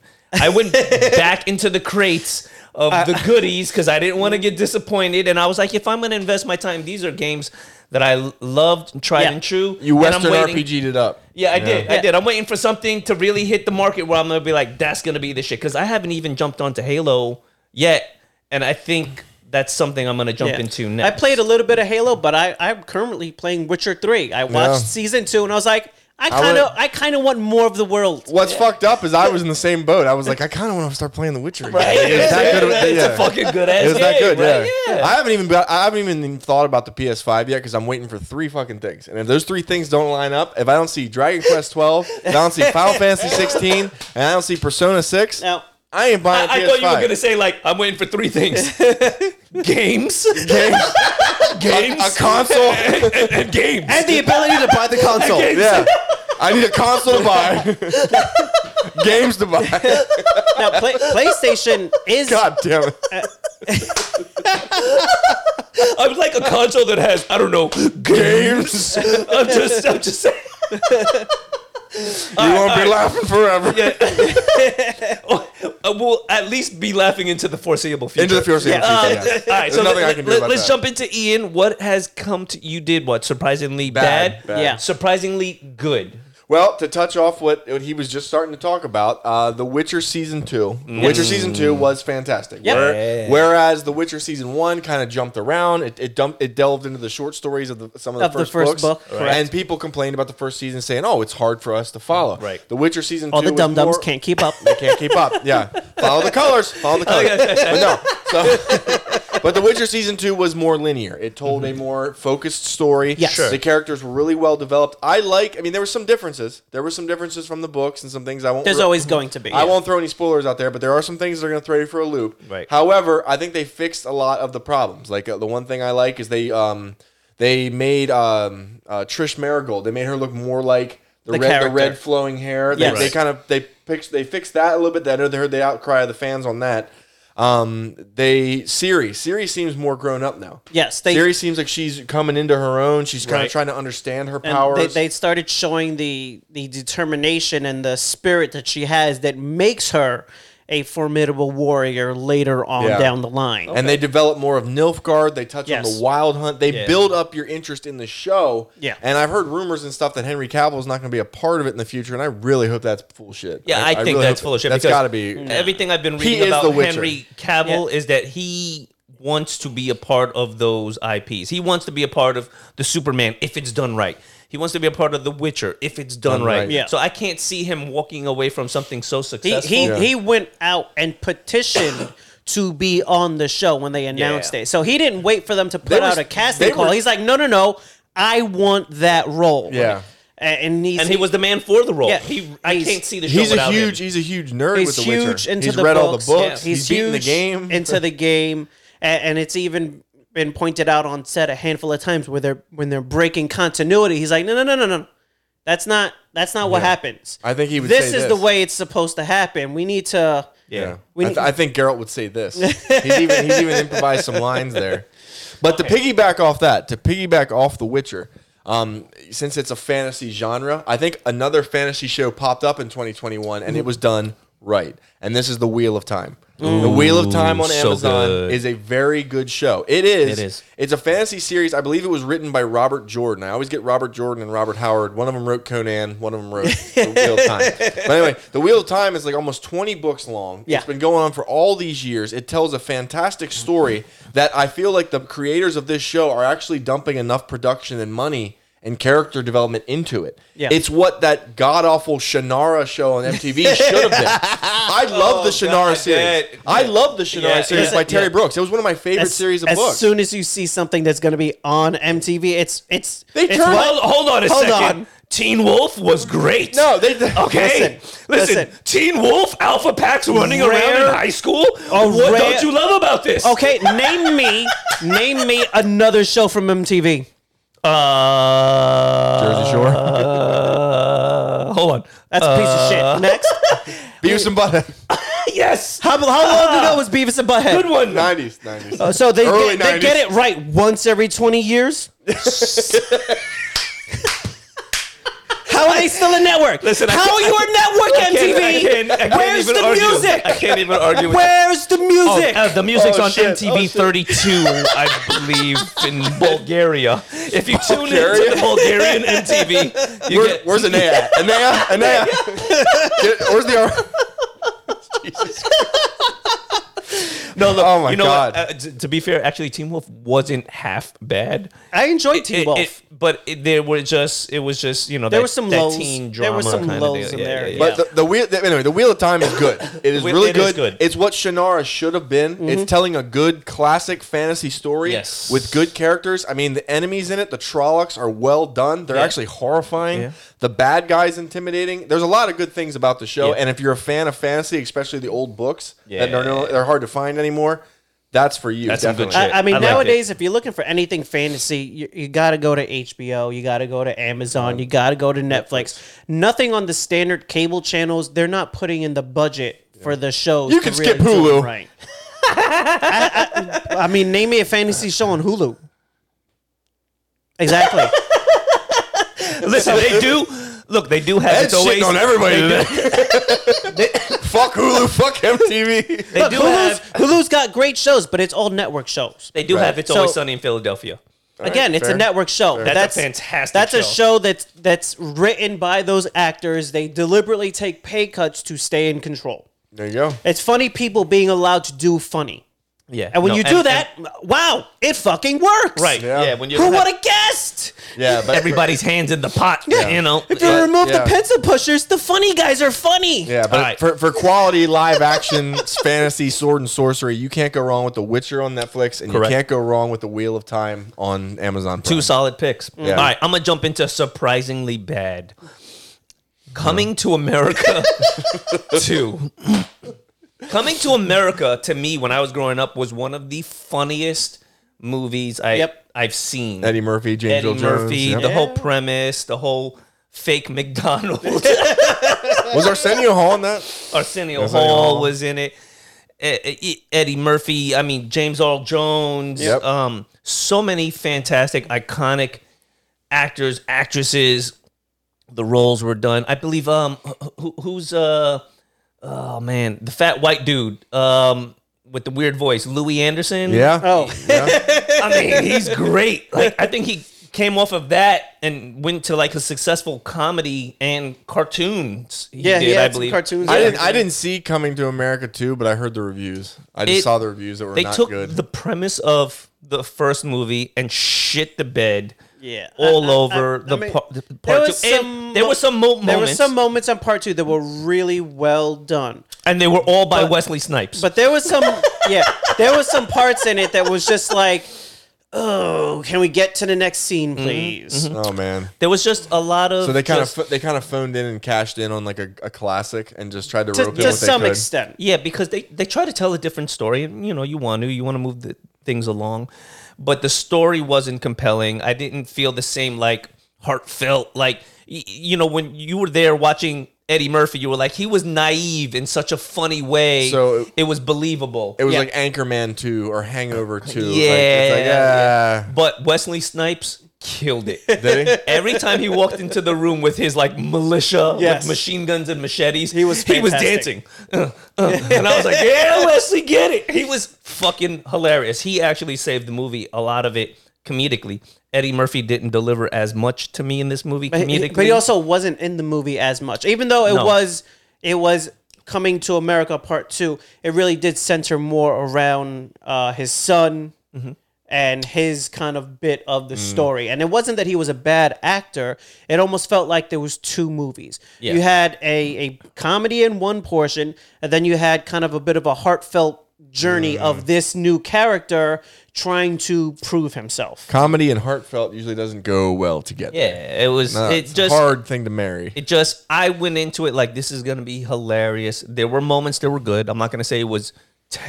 I went back into the crates of the goodies because I didn't want to get disappointed. And I was like, if I'm going to invest my time, these are games that I l- loved and tried
Yeah.
and true.
You
and I'm
Western
waiting-
RPG'd it up.
Yeah, I did.
Yeah.
I did. I'm waiting for something to really hit the market where I'm gonna be like, that's gonna be the shit. Because I haven't even jumped onto Halo yet, and I think that's something I'm gonna jump
Yeah.
into next.
I played a little bit of Halo, but I, I'm currently playing Witcher 3. I watched
Yeah.
season two and I was like, I
I
kind of
would-
I kind of want more of the world.
What's fucked up is I was in the same boat. I was like, I kind of want to start playing The Witcher. Again.
Right?
It was that good. of-
It's
yeah.
a fucking good ass
It was that
game,
good.
right?
Yeah. I haven't even got- I haven't even thought about the PS5 yet because I'm waiting for three fucking things. And if those three things don't line up, if I don't see Dragon Quest 12, if I don't see Final Fantasy 16, and I don't see Persona 6,
Now,
I ain't buying a
I, I
PS5.
thought you were gonna say like I'm waiting for three things: games,
Games.
games,
a console.
and, and games.
and the ability to buy the console.
yeah. I need a console to buy. Games to buy.
now Play, PlayStation is
God damn it.
I would like a console that has I don't know games. I'm just I'm just saying.
You won't be laughing forever.
Uh, we'll at least be laughing into the foreseeable future.
Into the foreseeable
Uh,
future. yeah.
All right, so
There's nothing
let,
I can do
let,
about
us
that.
jump into Ian. What has come to you? Did what surprisingly bad?
Bad, bad.
Yeah.
surprisingly good.
Well, to touch off what, what he was just starting to talk about, uh, The Witcher season two. The Witcher season two was fantastic.
Yeah.
Where- whereas The Witcher season one kind of jumped around. It, it dumped. It delved into the short stories of the, some of the
Of the
first,
first
books,
book, correct.
and people complained about the first season, saying, "Oh, it's hard for us to follow."
Right.
The Witcher season
all
two.
the
was
dum dums
more-
can't keep up.
They can't keep up. Yeah, follow the colors. Follow
Oh,
the colors. But no. So, but The Witcher season two was more linear. It told
Mm-hmm.
a more focused story.
Yes. Sure.
The characters were really well developed. I like. I mean, there were some differences. There were some differences from the books and some things I won't.
There's
re-
always going to be.
I won't throw any spoilers out there, but there are some things that are going to throw you for a loop.
Right.
However, I think they fixed a lot of the problems. Like uh, the one thing I like is they um they made um uh, Trish Marigold. They made her look more like the,
The
red
character.
the red flowing hair. They,
Yes.
they kind of they fixed they fixed that a little bit. I know they heard the outcry of the fans on that. Um, they Siri Siri seems more grown up now.
yes, they
Siri seems like she's coming into her own. She's kind
Right.
of trying to understand her
and
powers.
they, they started showing the the determination and the spirit that she has that makes her a formidable warrior later on
Yeah.
down the line.
and they develop more of Nilfgaard. They touch on
Yes.
the Wild Hunt. They
Yeah.
build up your interest in the show.
Yeah.
and I've heard rumors and stuff that Henry Cavill is not going to be a part of it in the future, and I really hope that's full shit.
Yeah, I, think
really
that's
hope-
full of shit.
That's
because Mm.
got to be.
everything I've been
He
reading
is
about
the Witcher.
Henry Cavill is that he wants to be a part of those IPs. He wants to be a part of the Superman if it's done right. He wants to be a part of The Witcher if it's done, right.
right.
Yeah.
So I can't see him walking away from something so
he
successful.
he,
Yeah.
he went out and petitioned to be on the show when they announced
Yeah.
it. So he didn't wait for them to put
They were-
out a casting
they
call.
were-
He's like, no, no, no, I want that role.
Yeah.
A- and he's,
and he was the man for the role.
Yeah,
he, I
he's-
can't see the show
He's a
without
huge.
him.
He's a huge nerd
he's
with the
huge
Witcher.
into
he's
the
read all the
books.
books.
He's,
He's, beaten
huge
the game.
into the game, a- and, it's even been pointed out on set a handful of times where they're when they're breaking continuity. He's like, no, no, no, no, no, that's not that's not what happens.
I think he would
This
say
is
this.
the way it's supposed to happen. We need to.
yeah,
We
I,
need-
th- I think Geralt would say this. he's even he's even improvised some lines there. But to piggyback off that, to piggyback off The Witcher, um, since it's a fantasy genre, I think another fantasy show popped up in 2021, and it was done right. And this is The Wheel of Time. the Wheel of Time on
so
Amazon
good.
is a very good show. It is.
It is.
It's a fantasy series. I believe it was written by Robert Jordan. I always get Robert Jordan and Robert Howard. One of them wrote Conan. One of them wrote The Wheel of Time. But anyway, The Wheel of Time is like almost 20 books long.
Yeah.
It's been going on for all these years. It tells a fantastic story that I feel like the creators of this show are actually dumping enough production and money and character development into it.
Yeah.
It's what that god awful Shannara show on MTV should have been. I love the Shannara
God,
series.
that-
I love the Shannara
Yeah,
series
yeah,
by Terry
yeah.
Brooks. It was one of my favorite
As,
series of
as
books.
soon as you see something that's going to be on MTV, it's it's
They
it's
turned-
what-
Hold, hold on a
Hold
second.
on.
Teen Wolf was great.
no, they, they
Okay.
Listen,
Listen,
listen.
Teen Wolf, Alpha Packs running around
Rare-
in high school.
Oh,
what
rare-
don't you love about this?
Okay, name me name me another show from MTV.
Uh,
Jersey Shore.
Uh, hold on.
That's a piece
Uh.
of shit. Next,
Beavis and Butthead.
yes.
how, how long ago was Beavis and Butthead?
Good one.
Nineties, nineties.
Oh,
Oh, So they
Early
get, they
90s.
get it right once every 20 years? How are they still a network?
Listen, I
How
can't-
are you
I can't- I
a
can't- I
network, MTV?
can't
Where's
even
the
argue with-
music?
I can't even argue with
Where's the music?
Oh, uh, the music's
Oh,
on
shit. Oh,
MTV
shit.
32, I believe, in Bulgaria. If you tune into
Bulgaria?
the Bulgarian MTV, you
Where,
get
where's Anaya? at? Anaya, Anaya. Get- Where's the R? Jesus.
No, look.
Oh my
you know what?
God.
Uh, t- to be fair, actually, Team Wolf wasn't half bad.
I enjoyed Team
It-
Wolf.
it- but it, there were just it was just you know
There
that,
were some
that
lows.
teen drama
There were some
kinda
lows
deal.
in there, yeah.
But the, the wheel, the, anyway, the wheel of time is good. It is
Whe-
really
it is
good.
good.
It's what Shannara should have been. It's telling a good classic fantasy story
Yes.
with good characters. I mean, the enemies in it, the Trollocs are well done. They're
Yeah.
actually horrifying.
Yeah.
The bad guys intimidating. There's a lot of good things about the show.
Yeah.
And if you're a fan of fantasy, especially the old books that
Yeah.
are no, they're hard to find anymore, that's for you.
That's some
definitely.
good shit.
I, I mean,
I liked it.
nowadays, if you're looking for anything fantasy, you, you got to go to HBO, you got to go to Amazon, you got to go to Netflix. Nothing on the standard cable channels. They're not putting in the budget for the shows.
You
to
can skip
really do it
Hulu.
right? I, I- I mean, name me a fantasy show on Hulu. Exactly.
Listen, they do. Look, they do have
Ed's
it's always
shitting on everybody today. fuck Hulu, fuck MTV.
They do
Hulu's,
have
Hulu's got great shows, but it's all network shows.
they do
Right.
have it's always
So-
sunny in Philadelphia.
Again, it's a
fair.
network show.
That's a fantastic
That's a
show.
show that's that's written by those actors. They deliberately take pay cuts to stay in control.
There you go.
It's funny people being allowed to do funny,
Yeah,
and when
no,
you do that, wow, it fucking works.
right?
Yeah.
Yeah, when you
Who would have guessed?
Yeah, but
everybody's hands in the pot, you know.
If you
Yeah,
remove
yeah.
the pencil pushers, the funny guys are funny.
Yeah, but
Alright.
for, for quality live action fantasy sword and sorcery, you can't go wrong with The Witcher on Netflix, and
Correct.
you can't go wrong with The Wheel of Time on Amazon. Prime.
Two solid picks.
Yeah.
All right, I'm gonna jump into surprisingly bad. Coming to America two. Coming to America to me when I was growing up was one of the funniest movies I
Yep.
I've seen.
Eddie Murphy, James
Eddie
Earl
Murphy,
Jones.
the
yeah.
whole premise, the whole fake McDonald's.
Was Arsenio Hall in that?
Arsenio
Arsenio
Hall
Hall.
was in it. E- E- Eddie Murphy. I mean, James Earl Jones.
Yep.
Um, so many fantastic, iconic actors, actresses. The roles were done. I believe. Um, who, who's uh, oh man, the fat white dude. Um, with the weird voice, Louis Anderson.
Yeah.
Oh,
I mean, he's great. Like, I think he came off of that and went to like a successful comedy and cartoons. He
yeah,
did,
he
I
had some
believe.
cartoons.
I
yeah.
didn't. I didn't see Coming to America too, but I heard the reviews. I just
It-
saw the reviews that were
they
not
took
good.
the premise of the first movie and shit the bed
Yeah.
all
I- I-
over
I
the,
mean,
par- the part
there
two.
was
And
some
there
mo-
were some mo-
There were
moments,
some moments on part two that were really well done.
and they were all by
but-
Wesley Snipes.
But there was some, yeah, there was some parts in it that was just like, oh, can we get to the next scene, please?
oh man.
there was just a lot of
So they kind of
just-
pho- they kind of phoned in and cashed in on like a, a classic and just tried to,
To,
rope in
to
what they
some
could.
extent,
yeah because they they try to tell a different story and you know you want to you want to move the things along, but the story wasn't compelling. I didn't feel the same like heartfelt like y- you know when you were there watching. Eddie Murphy, you were like he was naive in such a funny way.
So it-
it, was believable.
It was
Yeah.
like Anchorman two or Hangover two. Like,
Yeah,
it's like, yeah.
But Wesley Snipes killed it.
Did he?
Every time he walked into the room with his like militia
Yes.
with machine guns and machetes, he
was
he was dancing,
fantastic.
Uh, uh. and I was like, "Yeah, Wesley, get it." He was fucking hilarious. He actually saved the movie. A lot of it comedically. Eddie Murphy didn't deliver as much to me in this movie
But he-
comedically.
but he also wasn't in the movie as much, even though it
No.
was, it was coming to America Part Two. It really did center more around uh, his son.
Mm-hmm.
And his kind of bit of
Mm.
the story, and it wasn't that he was a bad actor. It almost felt like there was two movies.
Yeah.
You had a, a comedy in one portion, and then you had kind of a bit of a heartfelt journey
Mm.
of this new character trying to prove himself.
comedy and heartfelt usually doesn't go well together.
yeah, it was.
Uh,
it
it's
just
a hard thing to marry.
it just I went into it like this is gonna be hilarious. There were moments that were good. I'm not gonna say it was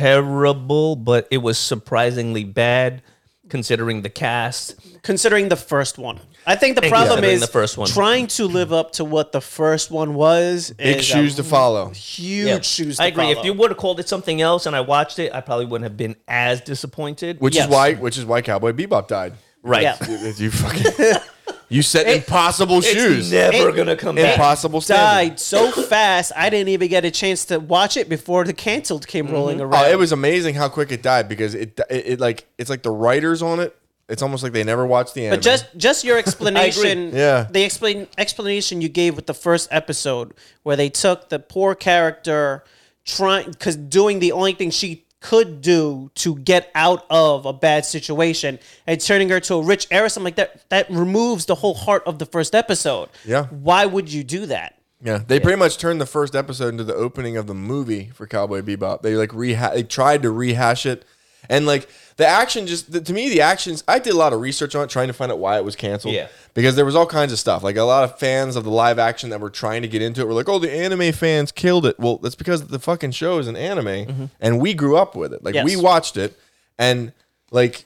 terrible, but it was surprisingly bad considering the cast.
considering the first one. I think the
And
problem
considering
is
the first one.
trying to live up to what the first one was.
Big shoes
um,
to follow.
huge shoes. To
I agree. If
follow.
you would have called it something else and I watched it, I probably wouldn't have been as disappointed.
Which
Yes.
is why which is why Cowboy Bebop died.
right.
yeah.
You you fucking You set impossible
It's
shoes.
never
It-
gonna come back.
impossible standards.
died so fast, I didn't even get a chance to watch it before the canceled came rolling around.
Oh, it was amazing how quick it died because it, it it like it's like the writers on it. It's almost like they never watched the anime.
But just just your explanation,
Yeah.
the explain explanation you gave with the first episode where they took the poor character trying because doing the only thing she could do to get out of a bad situation and turning her to a rich heiress. I'm like that that removes the whole heart of the first episode.
Yeah.
Why would you do that?
Yeah, they pretty much turned the first episode into the opening of the movie for Cowboy Bebop. They like reha- they tried to rehash it, and like the action just the, to me the actions. I did a lot of research on it, trying to find out why it was canceled.
Yeah.
because there was all kinds of stuff. Like a lot of fans of the live action that were trying to get into it were like, "Oh, the anime fans killed it." Well, that's because the fucking show is an anime, and we grew up with it. Like we
Yes.
watched it, and like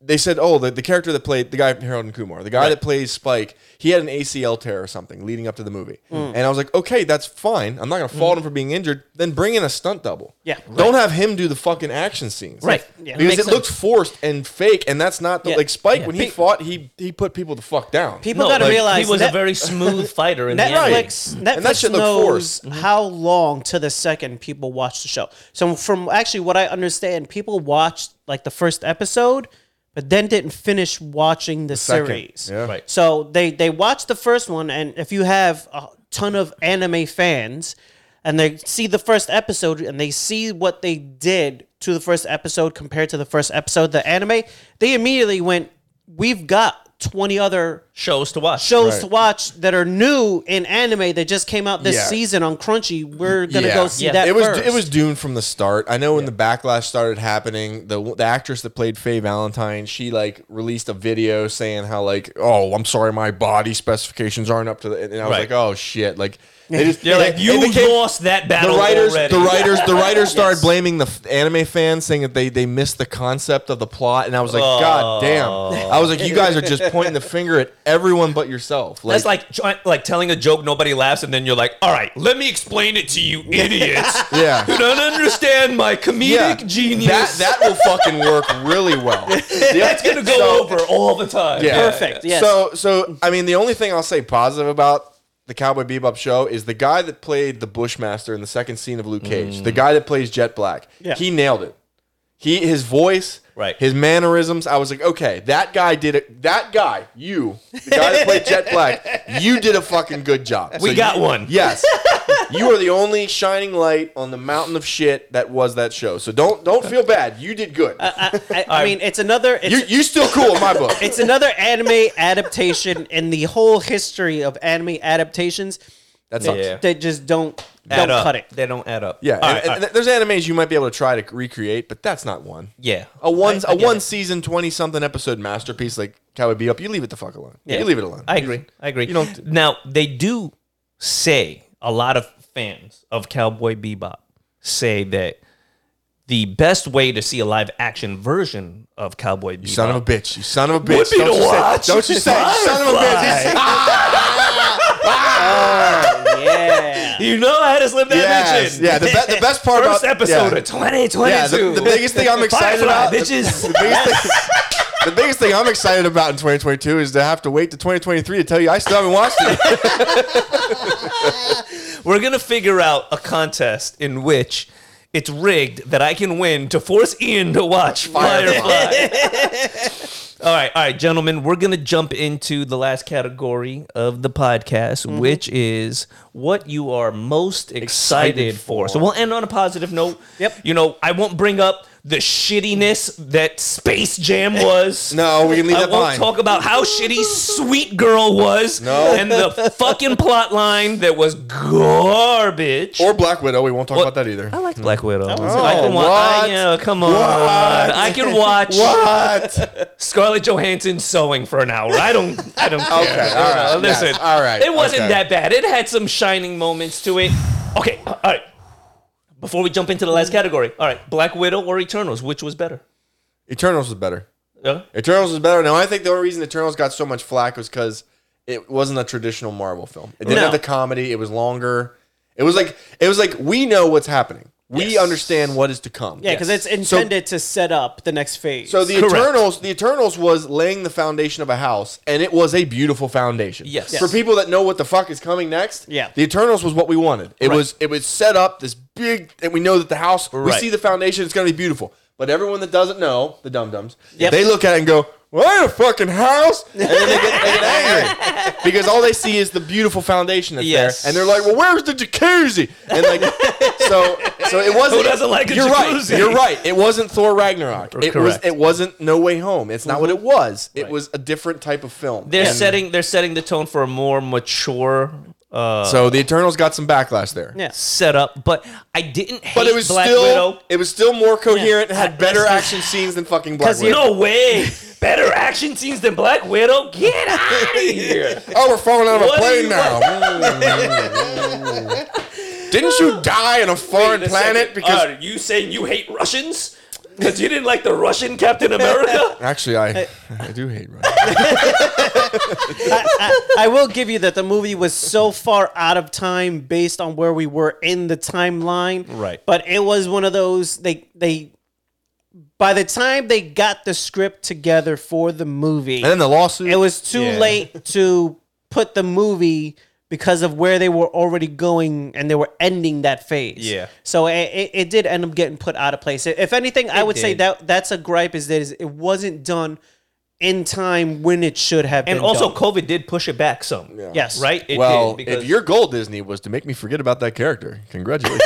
they said, oh, the, the character that played the guy Harold and Kumar, the guy that plays Spike, he had an ACL tear or something leading up to the movie,
Hmm.
and I was like, okay, that's fine. I'm not gonna fault him for being injured. Then bring in a stunt double.
Yeah.
don't have him do the fucking action scenes.
Right. Yeah.
because it
Makes
looked forced and fake, and that's not the,
Yeah.
like Spike when he
Pe-
fought, he he put people the fuck down.
People
No,
gotta
like,
realize
he was
that-
a very smooth fighter in the end.
Netflix,
And that
Netflix
shit looked
knows
forced.
how long to the second people watch the show. So from actually what I understand, people watched like the first episode, but then didn't finish watching the,
second,
series.
yeah.
Right.
So they they watched the first one, and if you have a ton of anime fans, and they see the first episode and they see what they did to the first episode compared to the first episode of the anime, they immediately went, "We've got twenty other."
shows to watch.
shows
Right.
to watch that are new in anime that just came out this
Yeah.
season on Crunchy. We're gonna
Yeah.
go see
Yeah.
that.
it was
first.
it was doomed from the start. I know when the backlash started happening, the the actress that played Faye Valentine, she like released a video saying how like, oh, I'm sorry, my body specifications aren't up to the. And I was
Right.
like, oh shit, like they just
They're like,
they-
you
they became-
lost that battle
the writers,
already.
the writers, the writers started blaming the f- anime fans, saying that they they missed the concept of the plot, and I was like,
Oh.
God damn! I was like, you guys are just pointing the finger at everyone but yourself.
That's like try- like telling a joke nobody laughs and then you're like, "All right, let me explain it to you idiots
yeah,
who don't understand my comedic genius."
That that will fucking work really well.
That's gonna go over all the time.
Yeah.
perfect. Yes.
So so I mean the only thing I'll say positive about the Cowboy Bebop show is the guy that played the Bushmaster in the second scene of Luke Cage,
Mm.
the guy that plays Jet Black.
Yeah.
He nailed it. He his voice,
Right.
his mannerisms, I was like, okay, that guy did it. That guy, you, the guy that played Jet Black, you did a fucking good job.
We
So
got
you-
one.
Yes. you are the only shining light on the mountain of shit that was that show. So don't don't feel bad. You did good.
Uh,
I, I, I mean, it's another. It's,
you you still cool in my book.
it's another anime adaptation in the whole history of anime adaptations
That sucks.
Yeah.
that just don't
Add
don't
up.
cut it.
They don't add up.
Yeah,
All right, uh,
and- and
all right.
th- there's animes you might be able to try to recreate, but that's not one.
yeah.
A one
I
a
get
one
it.
season twenty something episode masterpiece like Cowboy Bebop, you leave it the fuck alone.
Yeah.
You leave it alone.
I agree. I agree.
You don't-
now they do say a lot of fans of Cowboy Bebop say that the best way to see a live action version of Cowboy Bebop
you son of a bitch. You son of a bitch.
would be
don't,
to
you
watch.
Say, don't you say you son of a bitch.
Firefly.
Yeah.
You know how to slip that
Yes,
bitch in.
yeah, the be- the best part
First
about-
episode
yeah.
of 2022.
Yeah, the, the biggest thing I'm excited
Firefly,
about
bitches.
The, the biggest thing, the biggest thing I'm excited about in 2022 is to have to wait to 2023 to tell you I still haven't watched it.
We're gonna figure out a contest in which it's rigged that I can win to force Ian to watch
Firefly.
Firefly. all right, all right, gentlemen. We're gonna jump into the last category of the podcast,
Mm-hmm.
which is what you are most excited, for. So we'll end on a positive note.
Yep.
You know, I won't bring up the shittiness that Space Jam was.
Eh, No, we can leave
I
that
won't
behind.
talk about how shitty Sweet Girl was
No.
and the fucking plot line that was garbage.
Or Black Widow. We won't talk about that
I
either.
like Black Widow. I can wa- I,
what?
yeah, come on.
What?
I can watch
What?
Scarlett Johansson sewing for an hour. I don't. I don't. Care.
Okay,
I don't
all
know.
right, yes,
Listen.
all right,
It wasn't
okay.
that bad. It had some shining moments to it. Okay. All right. Before we jump into the last category, all right, Black Widow or Eternals, which was better?
Eternals is better.
Yeah.
Eternals is better. Now, I think the only reason Eternals got so much flack was because it wasn't a traditional Marvel film. It didn't
No.
have the comedy. It was longer. It was like it was like we know what's happening. We
Yes.
understand what is to come.
Yeah, because it's intended to set up the next phase.
So the
Correct.
Eternals, the Eternals was laying the foundation of a house, and it was a beautiful foundation.
Yes.
For
Yes.
people that know what the fuck is coming next,
Yeah.
the Eternals was what we wanted. It was it was set up this big, and we know that the house, we
Right.
see the foundation, it's gonna be beautiful. But everyone that doesn't know, the dum dums,
Yep.
they look at it and go, "Well, I ain't a fucking house," and then they get, they get angry because all they see is the beautiful foundation that's
Yes.
there, and they're like, "Well, where's the jacuzzi?" And like, So so it wasn't.
Who doesn't like a
you're
jacuzzi?
right. You're right. It wasn't Thor Ragnarok. It was.
Correct. Mm-hmm.
It wasn't No Way Home. It's not what it was. It
Right.
was a different type of film.
They're
And
setting they're setting the tone for a more mature uh,
So the Eternals got some backlash there.
Yeah.
setup, but I didn't hate
But it was
Black
still
Widow.
it was still more coherent and
I-
had better
that's-
action scenes than fucking Black
'Cause
Widow.
you-
No way! Better action scenes than Black Widow. Get out of here!
Oh, we're falling out of a
What do
plane
you
now. Mm. Didn't you die in a foreign
Wait a
planet?
second.
Because
Are you saying you hate Russians? Because you didn't like the Russian Captain America?
actually, I I do hate Ryan.
I will give you that the movie was so far out of time based on where we were in the timeline.
Right.
But it was one of those they they by the time they got the script together for the movie,
And then the lawsuit.
it was too
Yeah.
late to put the movie because of where they were already going and they were ending that phase.
Yeah.
So it, it, it did end up getting put out of place. If anything, I would say
did.
that that's a gripe is that it wasn't done in time when it should have been.
And also,
done.
COVID did push it back some.
yes,
Right? It
well,
did, because-
if your goal Disney was to make me forget about that character, congratulations,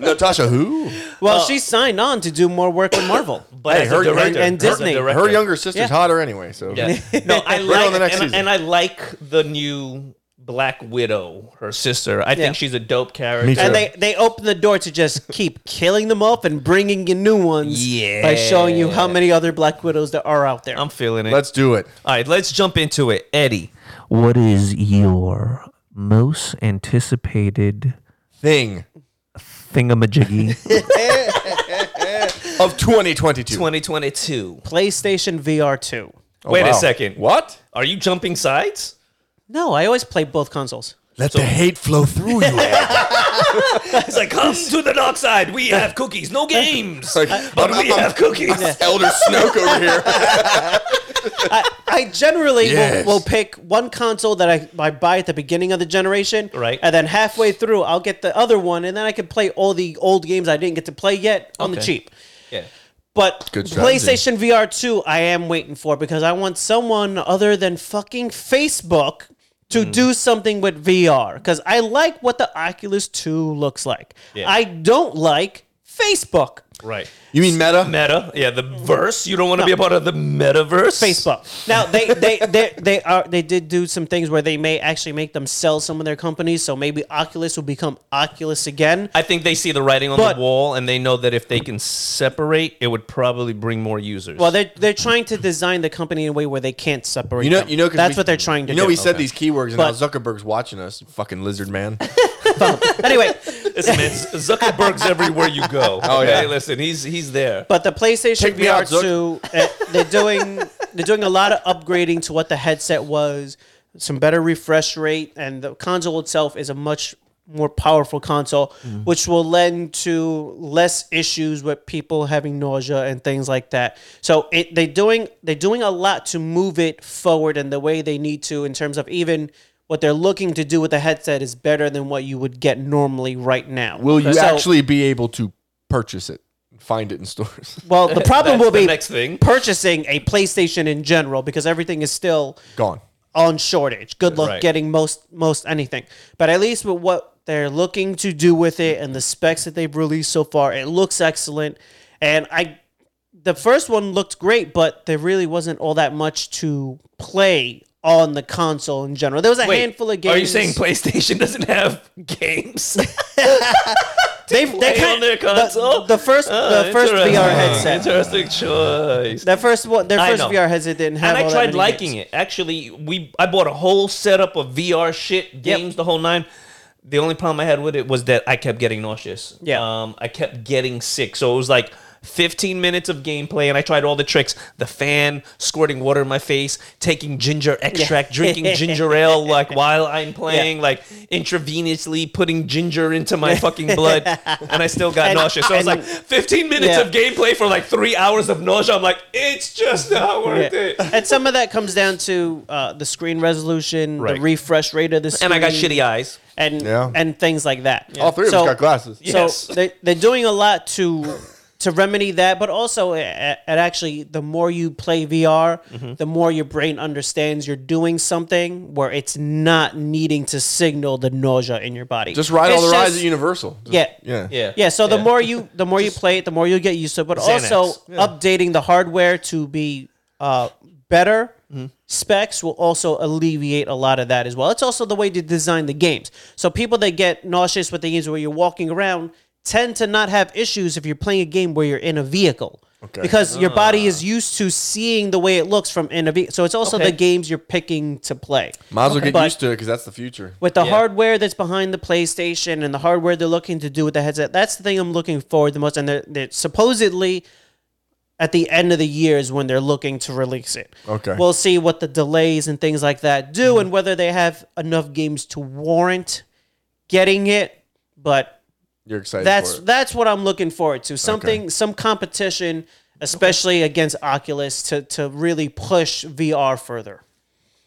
Natasha. Who?
Well, she signed on to do more work with Marvel.
but
Hey,
as a
her- her-
director,
and
as a
Disney. Her
Her
director.
younger sister's
Yeah.
hotter anyway. So
Yeah. No, I
Bring on
like
the next
and,
season.
and I like the new Black Widow, her sister. I
Yeah.
think she's a dope character.
Me too.
And they, they open the door to just keep killing them up and bringing you new ones
Yeah.
by showing you how many other Black Widows there are out there.
I'm feeling it.
let's do it.
All right, let's jump into it. Eddie, what is your most anticipated
Thing
thingamajiggy
of 2022.
2022?
PlayStation VR 2.
Oh,
Wait a
wow.
second.
What?
Are you jumping sides?
No, I always play both consoles.
Let the hate flow through you.
It's like, come to the dark side. We have cookies, no games.
Like,
but
I'm-
we
I'm-
have cookies.
Elder Snoke over here.
I generally will-
Yes.
will, pick one console that I, I buy at the beginning of the generation.
Right.
And then halfway through, I'll get the other one, and then I can play all the old games I didn't get to play yet on the
Okay.
cheap.
Yeah.
But
Good strategy.
PlayStation VR 2, I am waiting for because I want someone other than fucking Facebook to
Mm.
do something with VR because I like what the Oculus 2 looks like.
Yeah.
I don't like Facebook.
Right.
You mean Meta?
Meta. Yeah, the verse. You don't want to be a part of the metaverse.
Facebook. Now they they, they they are they did do some things where they may actually make them sell some of their companies, so maybe Oculus will become Oculus again.
I think they see the writing on
But-
the wall and they know that if they can separate, it would probably bring more users.
Well, they're they're trying to design the company in a way where they can't separate.
You know,
them.
you know, 'cause
that's
we-
what they're trying to
You know,
do.
we said these keywords, and now
But-
Zuckerberg's watching us. you Fucking lizard man.
anyway,
Listen, man, Z- Zuckerberg's everywhere you go.
Oh, yeah.
okay? listen, he's he's there.
but the PlayStation
Take me out,
VR two, uh, they're doing they're doing a lot of upgrading to what the headset was, some better refresh rate, and the console itself is a much more powerful console,
Mm-hmm.
which will lend to less issues with people having nausea and things like that. So it they doing they're doing a lot to move it forward in the way they need to in terms of even. What they're looking to do with the headset is better than what you would get normally right now.
Will you
So-
actually be able to purchase it? Find it in stores.
Well, the problem
That's
will
the
be
next thing.
purchasing a PlayStation in general because everything is still
Gone.
on shortage. Good luck
Right.
getting most most anything. But at least with what they're looking to do with it and the specs that they've released so far, it looks excellent. And I the first one looked great, but there really wasn't all that much to play on the console in general. There was a
Wait,
handful of games.
Are you saying PlayStation doesn't have games?
they've they
play on their console?
The, the first
Oh,
the first
interesting.
VR headset.
Interesting choice.
Their first one, their
I
first
know.
VR headset didn't have.
and I
all that
tried
many
liking
games.
it. Actually, we I bought a whole setup of VR shit, games, the whole nine. The only problem I had with it was that I kept getting nauseous.
Yeah.
Um, I kept getting sick. So it was like 15 minutes of gameplay, and I tried all the tricks the fan, squirting water in my face, taking ginger extract, drinking ginger ale, like while I'm playing, like intravenously putting ginger into my fucking blood, and I still got
And-
nauseous. So it was
and-
like 15 minutes
Yeah.
of gameplay for like three hours of nausea. I'm like, it's just not worth
Yeah.
it.
and some of that comes down to uh, the screen resolution,
Right.
the refresh rate of the screen,
and I got shitty eyes.
and
Yeah.
and things like that.
All three of us got glasses.
So
Yes.
they, they're doing a lot to to remedy that, but also it, it actually the more you play VR,
Mm-hmm.
the more your brain understands you're doing something where it's not needing to signal the nausea in your body.
Just ride all
It's
the rides
just-
at Universal. Just-
Yeah.
yeah,
Yeah.
Yeah, so the more you the more you play it, the more you'll get used to it. But
Xanax.
also updating the hardware to be uh, better specs will also alleviate a lot of that as well. It's also the way to design the games. So people that get nauseous with the games where you're walking around tend to not have issues if you're playing a game where you're in a vehicle. Because your body is
Ah.
used to seeing the way it looks from in a vehicle. So it's also
Okay.
the games you're picking to play
Might as well get
But-
used to it because that's the future.
with the
Yeah.
hardware that's behind the PlayStation and the hardware they're looking to do with the headset. That's the thing I'm looking forward the most. And they're, they're supposedly at the end of the year is when they're looking to release it.
Okay.
We'll see what the delays and things like that do and whether they have enough games to warrant getting it. But
You're excited.
that's
for it.
that's what I'm looking forward to. Something, some competition, especially against Oculus, to to really push VR further.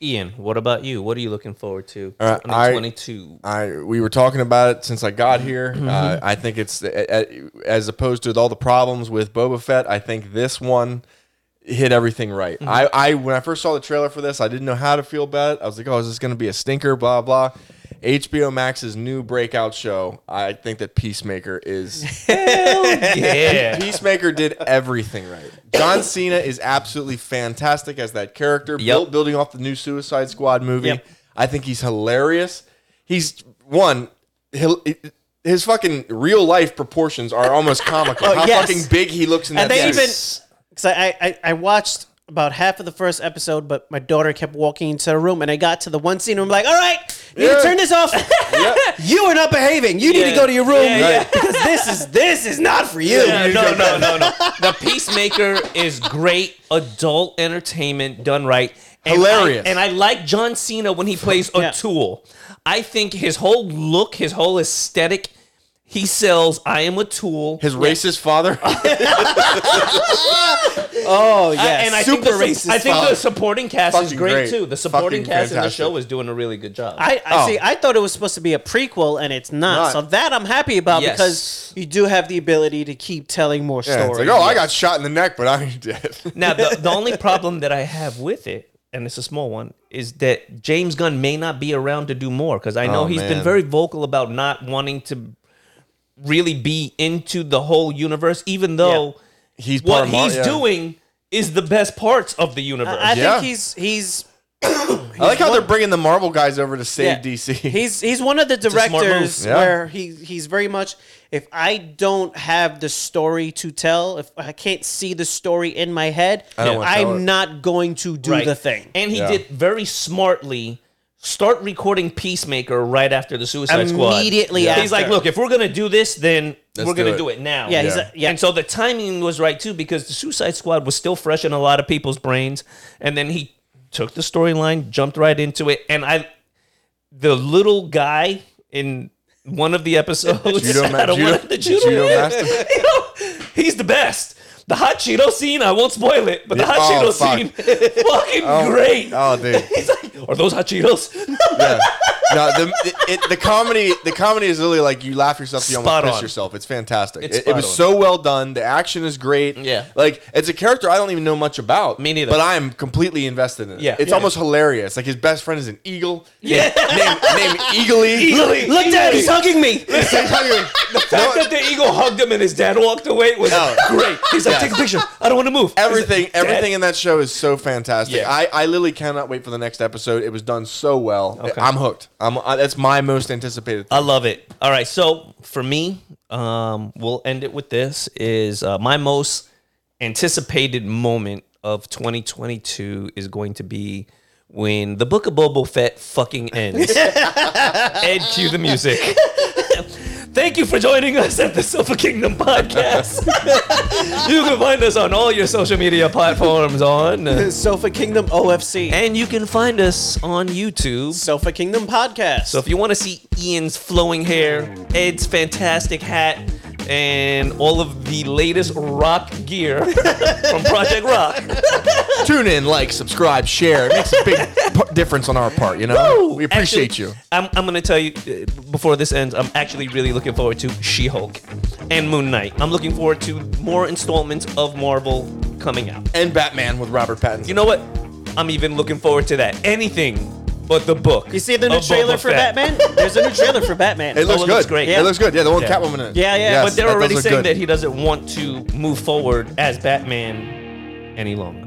Ian, what about you? What are you looking forward to?
All right,
on
I-
22.
I we were talking about it since I got here. Uh, I think it's uh, as opposed to all the problems with Boba Fett. I think this one hit everything right. I, I when I first saw the trailer for this, I didn't know how to feel about it. I was like, oh, is this going to be a stinker? Blah blah. HBO Max's new breakout show. I think that Peacemaker is
yeah.
Peacemaker did everything right. John Cena is absolutely fantastic as that character.
Yep.
built- building off the new Suicide Squad movie.
Yep.
I think he's hilarious. He's one. He'll, his fucking real life proportions are almost comical. How
yes.
fucking big he looks in that.
And they
suit.
even because I, I I watched about half of the first episode, but my daughter kept walking into the room, and I got to the one scene. and I'm like, all right, you need
Yeah.
to turn this off.
You are not behaving. You need
Yeah.
to go to your room
Yeah, yeah.
Right.
because this is this is not for you.
Yeah, no, no, no, no. The Peacemaker is great adult entertainment done right. And
Hilarious.
I, and I like John Cena when he plays a
Yeah.
tool. I think his whole look, his whole aesthetic, he sells I am a tool.
his racist father.
Oh
Uh,
I-
yes,
and I
super
think the,
racist.
I think the
fuck.
supporting cast is
Fucking
great,
great.
too. The supporting
Fucking
cast in the
fantastic.
show is doing a really good job.
I, I
Oh.
see. I thought it was supposed to be a prequel, and it's not.
Not.
So that I'm happy about
Yes.
because you do have the ability to keep telling more
Yeah, it's
stories.
like, oh, I got shot in the neck, but I ain't dead.
Now, the, the only problem that I have with it, and it's a small one, is that James Gunn may not be around to do more because I know
Oh,
he's been
man.
very vocal about not wanting to really be into the whole universe, even though
He's part
what
of Mar-
he's
yeah.
doing is the best parts of the universe.
I
Yeah.
think he's he's
I like how they're bringing the Marvel guys over to save
Yeah.
DC.
He's he's one of the
a smart
directors
move. Yeah.
where he he's very much if I don't have the story to tell, if I can't see the story in my head, I
don't wanna tell it.
am not going to do
Right.
the thing.
And he
Yeah.
did very smartly start recording Peacemaker right after the Suicide Squad.
Immediately
He's like,
after.
look, if we're going to do this, then
Let's
we're going to
do it."
do it now.
Yeah, he's a- yeah.
And so the timing was right, too, because the Suicide Squad was still fresh in a lot of people's brains. And then he took the storyline, jumped right into it. And I, the little guy in one of the episodes,
Judo ma-
I don't
judo-
want the judo,
judo
man.
master?
You know, he's the best. The hot Cheeto scene, I won't spoil it, but the hot
Oh,
Cheeto
fuck.
scene, fucking great.
oh, dude.
He's like, are those hot Cheetos?
Yeah. No, the it, the comedy the comedy is really like you laugh yourself, you
Spot
almost piss
on.
yourself. It's fantastic.
It's
It, it was
spot
so well done. The action is great.
Yeah.
like it's a character I don't even know much about.
Me neither.
But I'm completely invested in it.
Yeah.
it's
Yeah.
almost hilarious. Like his best friend is an eagle.
Yeah.
named, named Eagly.
Look, Dad, he's hugging me.
fact that the eagle hugged him and his dad walked away was
No.
great. He's like,
Yeah.
take a picture. I don't want to move. He's like,
everything
"Dad."
everything in that show is so fantastic.
Yeah.
I, I literally cannot wait for the next episode. It was done so well. I'm hooked. I'm I, that's my most anticipated.
I love it. All right, so for me, um, we'll end it with this: is uh, my most anticipated moment of 2022 is going to be when the Book of Boba Fett fucking ends. and cue the music. Thank you for joining us at the Silver Kingdom podcast. you can find us on all your social media platforms on, uh,
Sofa Kingdom OFC.
and you can find us on YouTube.
Sofa Kingdom Podcast.
So if you want to see Ian's flowing hair, Ed's fantastic hat, and all of the latest rock gear from Project Rock,
Tune in, like, subscribe, share. It makes a big p- difference on our part. You know, we appreciate
Actually,
you.
I'm, I'm going to tell you uh, before this ends, I'm actually really looking forward to She Hulk. and Moon Knight. I'm looking forward to more installments of Marvel coming out.
and Batman with Robert Pattinson.
You know what? I'm even looking forward to that. Anything but the book.
You see the new
of
trailer
Boba
for
Fett.
Batman? There's a new trailer for Batman.
it looks
Oh, it
good.
looks great.
It
Yeah.
looks good. Yeah, the one with
Yeah.
Catwoman in it.
Yeah, yeah,
Yes,
But they're
that does
already
look
saying
good.
that he doesn't want to move forward as Batman any longer.